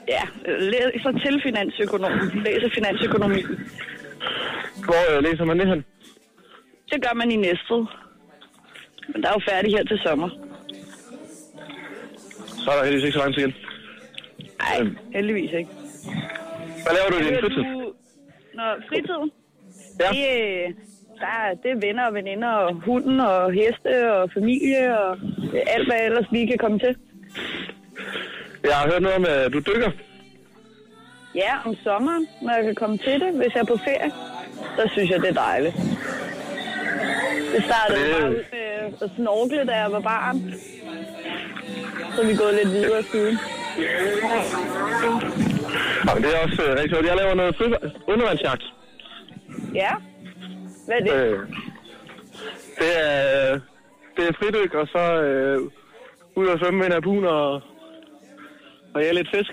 N: Ja, øh, læser til finansøkonom. Læser finansøkonomi.
H: Hvor øh, læser man det hen?
N: Det gør man i Næstved. Men der er jo færdig her til sommer.
H: Så er der heldigvis ikke så langt igen.
N: Nej,
H: Øhm.
N: heldigvis ikke.
H: Hvad laver du i din
N: Hører
H: fritid?
N: du- Nå, fritiden? Ja. Det, øh, der er, det er venner og veninder og hunden og heste og familie og øh, alt, hvad ellers vi kan komme til.
H: Jeg har hørt noget om, at du dykker.
N: Ja, om sommeren, når jeg kan komme til det, hvis jeg er på ferie, så synes jeg, det er dejligt. Det startede
H: Det-
N: bare ud med at snorkle, da jeg var barn. Så er vi gået lidt videre siden.
H: Og det er også øh, rigtig godt. Jeg laver noget søva- undervandsjagt.
N: Ja, hvad er det?
H: Øh, det er, det er fridyk, og så øh, ud og svømme med en harpun og, og jeg er lidt fisk.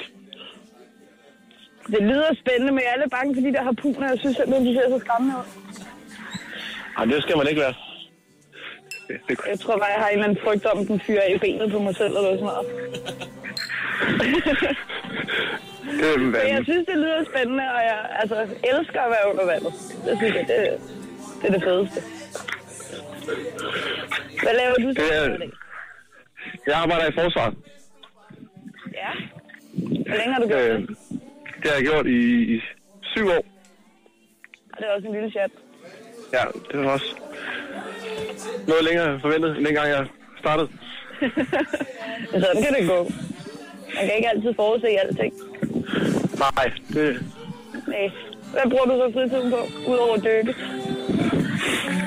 N: Det lyder spændende, men jeg er lidt bange for de der harpuner. Jeg synes simpelthen, de ser så skræmmende ud.
H: Ej, det skal man ikke være.
N: Jeg tror bare, jeg har en eller anden frygt om, at den fyrer af i benet på mig selv eller sådan noget.
H: Det er
N: Men jeg
H: vanvittigt.
N: synes, det lyder spændende, og jeg altså, elsker at være under vandet. Det synes jeg, det, det er det fedeste. Hvad laver du så?
H: Det er- Jeg arbejder i forsvaret.
N: Ja. Hvor længe har du gjort det?
H: Det har jeg gjort i, i syv år.
N: Det er også en lille chat.
H: Ja, det var også noget længere end forventet, end dengang jeg startede.
N: Sådan kan det gå. Man kan ikke altid forudse alting.
H: Nej, det
N: Nej. Hvad bruger du så fritiden på, udover at dyrke?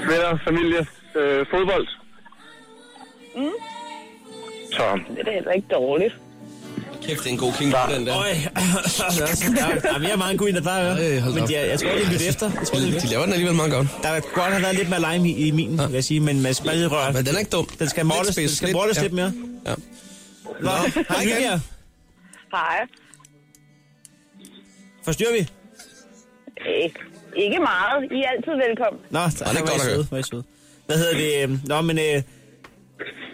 H: venner, familie, øh, fodbold.
N: Mm?
H: Så
N: Det er da heller ikke dårligt.
C: Kæft, det er en god king, den der.
D: Øj, ja, vi har meget en god en, der plejer at høre. Men jeg, jeg tror, det er lidt efter. Jeg tror, det er lidt.
C: De laver den alligevel meget godt.
D: Der kunne godt have været lidt mere lime i, i min, ja. vil jeg sige, men med spredt rør.
C: Men den er ikke dum.
D: Den skal måles lidt, den skal måles lidt mere.
C: Ja.
D: Nå, hej Julia.
N: Hej.
D: Forstyrrer vi?
N: Øh, ikke meget. I er altid velkommen.
D: Nå, der,
C: godt
D: var I
C: at høre.
D: søde, var I søde. Hvad hedder det? øhm, Nå, men øh,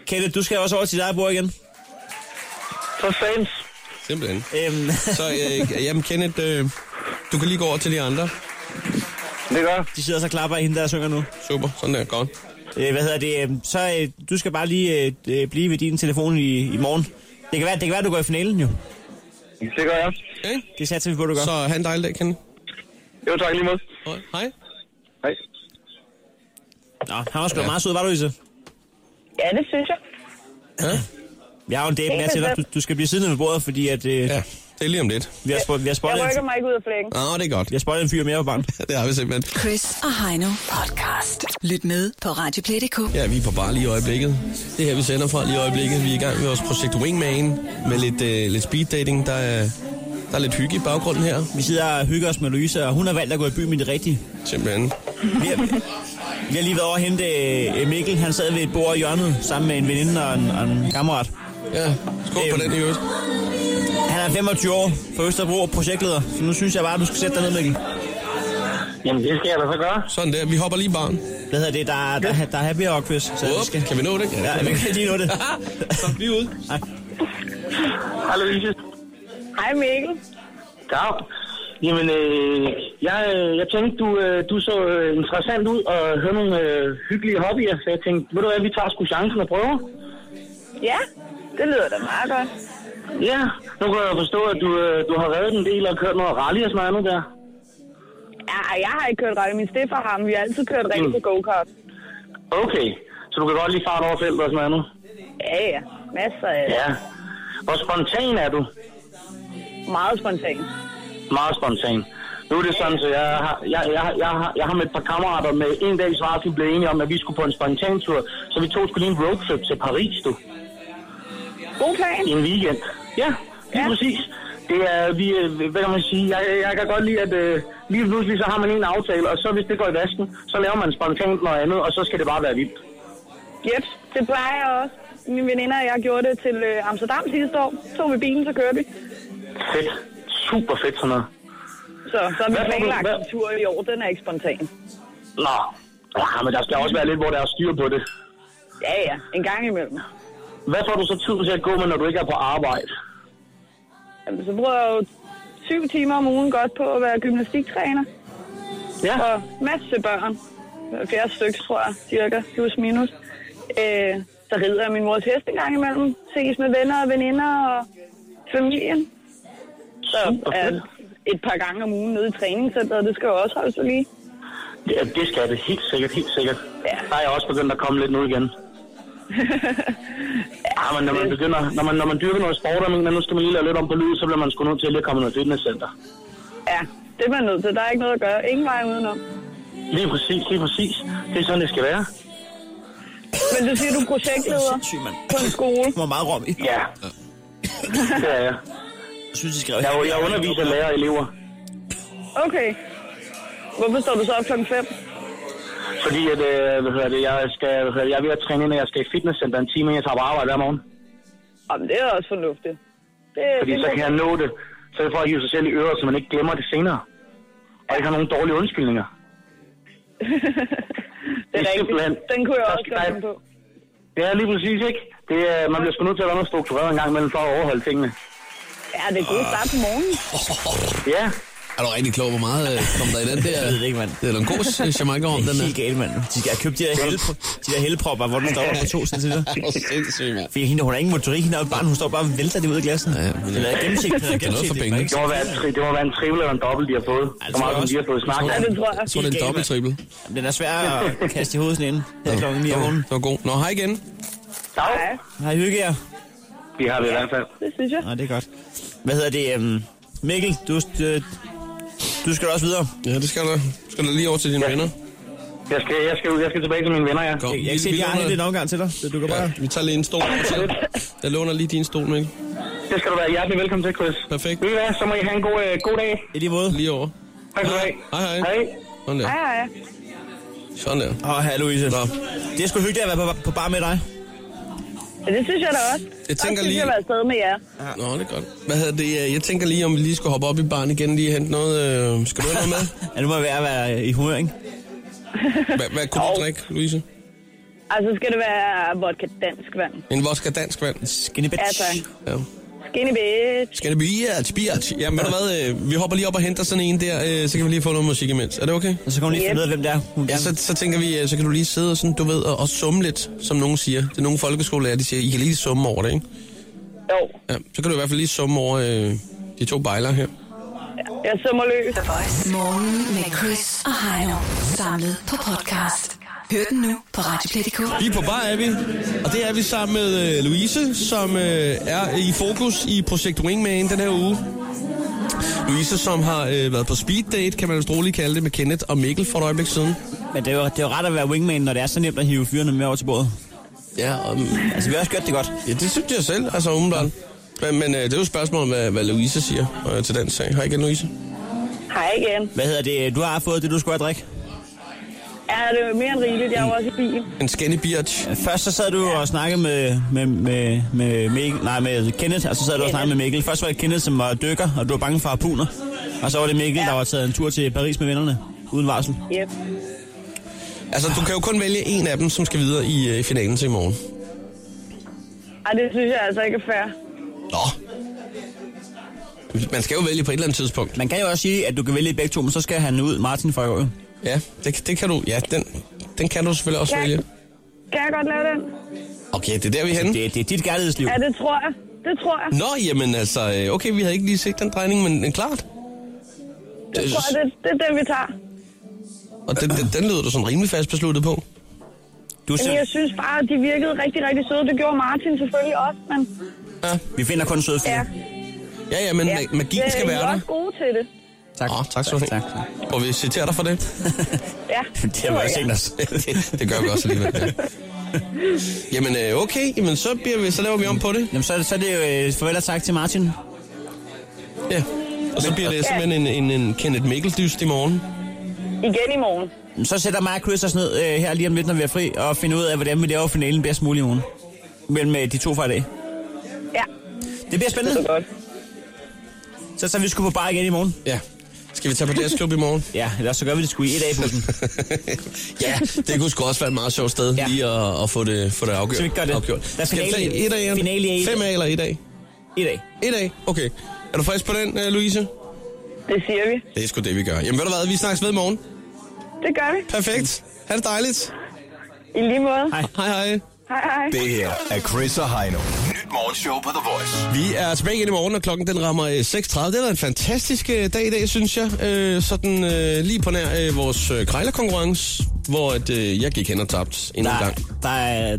D: Kenneth, du skal også over til dig bord igen.
H: For fans.
C: Simpelthen.
D: Øhm.
C: Så, øh, jamen Kenneth, øh, du kan lige gå over til de andre.
H: Det gør
D: De sidder så og klapper i hende, der synger nu.
C: Super, sådan der, godt.
D: Øh, hvad hedder det? øhm, Så øh, du skal bare lige øh, øh, blive ved din telefon i, i morgen. Det kan, være, det kan være, du går i finalen jo.
H: Det gør jeg.
C: Okay.
D: Det satser vi på, du gør.
C: Så have en dejlig dag, Kenneth.
H: Jo, tak lige måde.
C: Hej.
H: Hej.
D: Nå, han var sgu da meget sød, var du, Ise?
N: Ja, det synes jeg.
C: Ja.
D: Vi har jo en date med til dig. Du, du skal blive siddende ved bordet, fordi at... Øh, ja,
C: det er lige om lidt.
D: Vi har, spurgt, vi har spottet
N: Jeg
D: en,
N: rykker mig ikke ud af flækken.
C: Nå, det er godt.
D: Vi har spottet en fyr mere på barn.
C: det har vi simpelthen.
B: Chris og Heino podcast. Lyt med på Radioplay.dk.
C: Ja, vi er på bar lige i øjeblikket. Det er her, vi sender fra lige i øjeblikket. Vi er i gang med vores projekt Wingman med lidt, øh, lidt speed dating. Der er, der er lidt hygge i baggrunden her.
D: Vi sidder og hygger os med Louise, og hun har valgt at gå i by med det rigtige.
C: Simpelthen.
D: Vi har, vi har lige været over at hente øh, Mikkel. Han sad ved et bord i hjørnet sammen med en veninde og en, og en kammerat.
C: Ja, skål
D: Øhm.
C: på den i øvrigt.
D: Han er 25 år fra Østerbro og projektleder, så nu synes jeg bare, at du skal sætte dig ned, Mikkel.
H: Jamen, det skal jeg da så gøre.
C: Sådan der, vi hopper lige i barn.
D: Hvad hedder det? Der, der, der, der er happy hour quiz. Så
C: Åh, kan vi nå det?
D: Ja, vi kan lige nå det.
C: så vi er ude.
H: Hej Louise.
N: Hej Mikkel.
H: Dag. Jamen, øh, jeg, øh, jeg tænkte, du, øh, du så øh, interessant ud og havde nogle øh, hyggelige hobbyer, så jeg tænkte, ved du hvad, vi tager sgu chancen og prøver.
N: Ja, det lyder da meget godt.
H: Ja, nu kan jeg forstå, at du, øh, du har reddet en del og kørt noget rally og sådan noget andet der.
N: Ja, jeg har ikke kørt rigtig. Min stefar har, men vi har altid kørt rigtig
H: Mm.
N: til go-kart.
H: Okay, så du kan godt lige fart over feltet og sådan noget andet.
N: Ja, ja. Masser af
H: Ja. Hvor spontan er du?
N: meget spontant.
H: Meget spontan. Nu er det sådan, så jeg har, jeg, jeg, jeg, jeg, har, jeg har med et par kammerater med en dags varsel blevet enige om, at vi skulle på en spontan tur. Så vi tog skulle lige en roadtrip til Paris, du.
N: God plan.
H: I en weekend. Ja, lige ja. præcis. Det er, vi, øh, hvad kan man sige, jeg, jeg kan godt lide, at øh, lige pludselig så har man en aftale, og så hvis det går i vasken, så laver man spontant noget andet, og så skal det bare være vildt.
N: Jeps, det plejer jeg også. Mine veninder og jeg gjorde det til øh, Amsterdam sidste år. Så tog vi bilen, så kørte vi.
H: Fedt. Super fedt sådan noget.
N: Så, så har vi
H: Hvad får du-
N: planlagt
H: hvad-
N: en tur i år. Den er ikke spontan.
H: Nå, ja, men der skal også være lidt, hvor der er styr på det.
N: Ja, ja. En gang imellem.
H: Hvad får du så tid til at gå med, når du ikke er på arbejde?
N: Jamen, så bruger jeg jo syv timer om ugen godt på at være gymnastiktræner.
H: Ja.
N: Og masse børn. 70 stykker, tror jeg, cirka, plus minus. Øh, så rider jeg min mors hest en gang imellem. Ses med venner og veninder og familien. Så er et par gange om ugen nede i træningscenteret. Det skal jo også holde sig lige.
H: Ja, det skal det. Helt sikkert, helt sikkert. Ja. Der er jeg også begyndt at komme lidt nu igen. ja, men når man, begynder, når man, når man dyrker noget sport, og mener, nu skal man lige lave lidt om på lyd, så bliver man sgu nødt til lige at komme i noget fitnesscenter.
N: Ja, det er man nødt til. Der er ikke noget at gøre. Ingen vej udenom.
H: Lige præcis, lige præcis. Det er sådan, det skal være.
N: Men du siger, du er projektleder på en skole.
D: Hvor meget rom i?
H: Ja. Det er jeg.
D: Jeg synes, I skal
H: Jeg, jeg underviser lærere og elever,
N: Okay. Hvorfor står du så op klokken 5?
H: fordi at, øh, hvad hedder det, jeg, skal, hvad hedder det, jeg er ved at træne, når jeg skal i fitnesscenter en time, inden jeg tager på arbejde hver morgen.
N: Jamen, det er også fornuftigt. Det,
H: Fordi
N: det
H: så kan jeg nå det. Så får jeg hive sig selv i øret, så man ikke glemmer det senere. Og ikke har nogen dårlige undskyldninger.
N: det er
H: simpelthen-
N: rigtigt. Den kunne jeg også
H: der-
N: godt finde på.
H: Ja, lige præcis, ikke? Det, er- man bliver sgu nødt til at være noget struktureret en gang imellem for at overholde tingene.
N: Ja, det er god start på morgenen.
H: Ja,
C: Er du rigtig klog, hvor meget øh, kom der i den der?
D: Jeg ved det ikke, mand.
C: Det er da en god øh, jamaica om,
D: Det er
C: den der.
D: helt galt, mand. De skal have købt de der, hælde, de der hældepropper, hvor den står på to centimeter.
C: Hvor sindssygt, mand.
D: Fordi hende, hun har ingen motorik, hende er jo et barn, hun står bare og vælter det ud af glassen. Ja, det er gennemsigtigt. den er gennemsigtigt.
H: Det må være en, tri- det må være en triple eller en dobbelt, de har fået. Så meget, som de Altså, har fået snakket.
D: Ja, det tror jeg.
C: Jeg tror, det er en dobbelt triple.
D: Den er svær at kaste i hovedet sådan en. Det er klokken 9 om morgenen.
C: Det var god. Nå, hej igen.
H: Hej.
D: Hej, hygge jer.
H: Vi har det i hvert fald.
I: Det synes jeg.
D: Nå, det er godt. Hvad hedder det? øhm, Mikkel, du, øh, du skal da også videre.
C: Ja, det skal du. Skal du lige over til dine venner?
H: Jeg skal, jeg skal, ud- jeg skal tilbage til mine venner, ja.
C: Kom.
D: Jeg, jeg kan se, at jeg har lidt en omgang til dig. så Du kan bare...
C: Ja, vi tager lige en stol. Jeg låner lige din stol, Mikkel.
H: Det skal du være hjertelig velkommen til, Chris.
C: Perfekt.
H: Ved I hvad, så må I have en god, øh, god dag.
D: I lige måde.
C: Lige over.
H: Tak skal du have.
C: Hej, hej.
H: Hej.
C: Sådan der.
I: hej.
C: Sådan der.
D: Åh, her Louise.
C: Nå.
D: Det er sgu hyggeligt at være på, på bar med dig.
I: Ja, det synes jeg da også.
C: Jeg tænker
I: også,
C: lige-
I: Jeg har været afsted med jer.
C: Nå, det er godt. Hvad hedder det? Jeg tænker lige, om vi lige skulle hoppe op i baren igen, lige hente noget. Øh, skal du have noget med?
D: Ja, nu må jeg være, være i humør, ikke?
C: Hvad, hvad kunne du drikke, Louise?
I: Altså, skal det være vodka dansk vand.
C: En vodka dansk vand.
D: Skinny
I: Ja, tak.
C: Ja.
I: Skinny bitch.
C: Skal det blive et biatch? Jamen, ved du hvad? øh, Vi hopper lige op og henter sådan en der, øh, så kan vi lige få noget musik imens. Er det okay?
D: Og så kan hun lige
I: Yep.
D: finde ud af, hvem det er. Hun
C: Ja, så, så tænker vi, øh, så kan du lige sidde og, sådan, du ved, og, og summe lidt, som nogen siger. Det er nogle folkeskolelærer, de siger, I kan lige summe over det, ikke?
I: Jo,
C: Ja, så kan du i hvert fald lige summe over øh, de to bejler her.
I: jeg summer løs.
B: The Voice. Morgen med Chris og Heino. Samlet på podcast. Hør den nu på Radioplay.dk.
C: Vi er på bar, er vi, og det er vi sammen med øh, Louise, som øh, er i fokus i Projekt Wingman den her uge. Louise, som har øh, været på speed date, kan man vist roligt kalde det, med Kenneth og Mikkel for et øjeblik siden.
D: Men det er, jo, det er jo ret at være wingman, når det er så nemt at hive fyrene med over til bordet.
C: Ja, og,
D: Altså, vi har også gjort det godt.
C: ja det synes jeg selv, altså umiddelbart. Men, men øh, det er jo et spørgsmål, om, hvad, hvad Louise siger øh, til den sag. Hej igen, Louise.
I: Hej igen.
D: Hvad hedder det? Du har fået det, du skulle have drikke.
I: Ja, det er jo mere end rigeligt. Jeg var også i bil.
C: En skinny biatch.
D: Først så sad du og snakkede med, med, med, med, Mikkel, nej, med Kenneth, og så sad du og snakkede med Mikkel. Først var det Kenneth, som var dykker, og du var bange for harpuner. Og så var det Mikkel, der var taget en tur til Paris med vennerne, uden varsel.
I: Yep.
C: Altså, du kan jo kun vælge en af dem, som skal videre i øh, finalen til i morgen.
I: Ej, det synes jeg altså ikke er fair.
C: Nå. Man skal jo vælge på et eller andet tidspunkt.
D: Man kan jo også sige, at du kan vælge begge to, men så skal han ud, Martin fra i år.
C: Ja, det, det kan du. Ja, den, den kan du selvfølgelig også
I: Ja.
C: vælge.
I: Kan jeg godt lave den?
C: Okay, det er der, vi er henne.
D: Det, det er dit kærlighedsliv.
I: Ja, det tror jeg. Det tror jeg.
C: Nå, jamen altså, øh, okay, vi havde ikke lige set den drejning, men men klart.
I: Det tror jeg, det, det er den, vi tager.
C: Og den, den, den lyder du sådan rimelig fast besluttet på.
D: Du
I: Men
D: er selv,
I: jeg synes bare, at de virkede rigtig, rigtig søde. Det gjorde Martin selvfølgelig også, men
D: vi finder kun søde fyre.
I: ja.
C: Ja, ja, men
I: ja.
C: ma- magien skal
I: Øh,
C: være
I: I er
C: der.
I: også gode til det.
D: Tak.
C: Åh, tak skal du have.
D: Tak, tak.
C: Og vi citerer dig for det.
I: Ja,
D: Det har vi også
I: jeg.
D: set os.
C: det, det gør vi også alligevel. Ja. Jamen, øh, okay, jamen, så, bliver vi, så laver vi om på det.
D: Jamen, så, er det- så er det jo øh, farvel og tak til Martin.
C: Ja. Og så bliver det simpelthen en, en, en Kenneth Mikkeldyst i morgen.
I: Igen i morgen.
D: Så sætter mig og Chris os ned øh, her lige om lidt, når vi er fri, og finder ud af, hvordan vi laver finalen bedst muligt i morgen. Mellem øh, de to fra i dag.
I: Ja,
D: Det bliver
I: det
D: spændende.
I: er godt.
D: Så tager vi sgu på bar igen i morgen.
C: Ja. Skal vi tage på deres klub i morgen?
D: Ja, eller så gør vi det sgu i et af i bussen.
C: ja, det kunne sgu også være et meget sjovt sted ja.
D: Ja.
C: lige at, at, få det, få det afgjort.
D: Skal vi ikke gøre det?
C: Afgjort.
D: Der er
C: Skal vi
D: finale-
C: tage et af
D: finale i
C: en?
D: et.
C: Fem af eller et af?
D: I dag.
C: Et af, okay. Er du frisk på den, øh, Louise?
I: Det siger vi.
C: Det er sgu det, vi gør. Jamen ved du hvad, vi snakkes ved i morgen.
I: Det gør vi.
C: Perfekt. Ha' det dejligt.
I: I lige måde.
D: Hej.
C: Hej hej.
I: Hej, hej.
A: Det her er Chris og Heino. Nyt morgenshow på The Voice.
C: Vi er tilbage igen i morgen, og klokken den rammer øh, 6.30. Det har været en fantastisk øh, dag i dag, synes jeg. Øh, sådan øh, lige på nær øh, vores øh, krejlerkonkurrence, hvor at, øh, jeg gik hen og tabte endnu en
D: Der,
C: gang.
D: der er...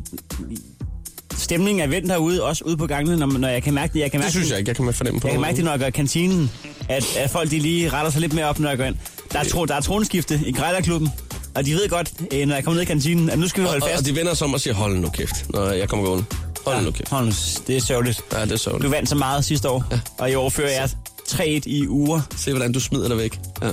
D: Stemningen er vendt herude, også ude på gangene, når, når jeg kan mærke det. Jeg kan mærke
C: Det synes jeg ikke, jeg kan fornemme på.
D: Jeg kan mærke det, når jeg går i kantinen, at, at folk de lige retter sig lidt mere op, når jeg går ind. Der er, tro, der er tronskifte i Grejlerklubben, og de ved godt, øh, når jeg kommer ned i kantinen, at nu skal vi holde
C: og, og
D: fast.
C: de vender sig om og siger, hold nu kæft, når jeg kommer gående. Hold nu kæft.
D: Hold nu, s- det er sørgeligt.
C: Ja, det er så.
D: Du vandt så meget sidste år, og i år fører jeg 3-1 i uger.
C: Se, hvordan du smider dig væk. Ja.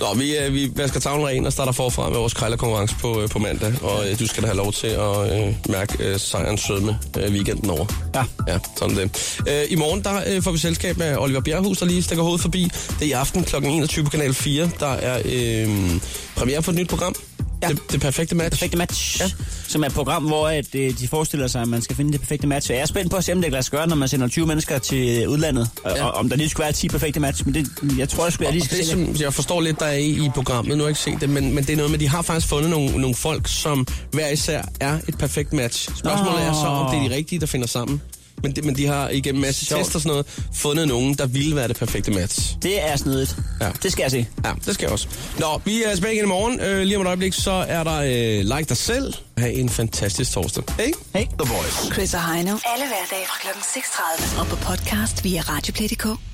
C: Nå, vi, øh, vi vasker tavlen ren og starter forfra med vores krejlerkonkurrence på, øh, på mandag. Og øh, du skal da have lov til at øh, mærke øh, sejrens sødme øh, weekenden over.
D: Ja.
C: Ja, sådan det. Øh, I morgen der øh, får vi selskab med Oliver Bjerrehus, der lige stikker hovedet forbi. Det er i aften kl. 21 på Kanal 4. Der er øh, premiere på et nyt program.
D: Ja.
C: Det, det perfekte match. Det
D: perfekte match, ja. som er et program, hvor at, øh, de forestiller sig, at man skal finde det perfekte match. Og Jeg er spændt på at se, om det kan lade sig gøre, når man sender 20 mennesker til udlandet. Og,
C: Ja.
D: ja. og om der lige skulle være 10 perfekte match, men det, jeg tror, jeg skulle jeg lige
C: Og
D: skal
C: det,
D: se det.
C: som jeg forstår lidt, der er i, i programmet, nu har jeg ikke set det, men, men det er noget med, de har faktisk fundet nogle, nogle folk, som hver især er et perfekt match. Spørgsmålet oh. er så, om det er de rigtige, der finder sammen. Men, det, men de har igennem en masse
D: Sjovt.
C: test og sådan noget, fundet nogen, der ville være det perfekte match.
D: Det er snedigt.
C: Ja.
D: Det skal jeg se.
C: Ja, det skal jeg også. Nå, vi er tilbage igen i morgen. Øh, lige om et øjeblik, så er der øh, Like dig selv. Ha' en fantastisk torsdag. Hey.
D: Hey.
C: The Voice.
B: Chris og Heino. Alle hverdage fra kl. 6.30. Og på podcast via Radioplay.dk.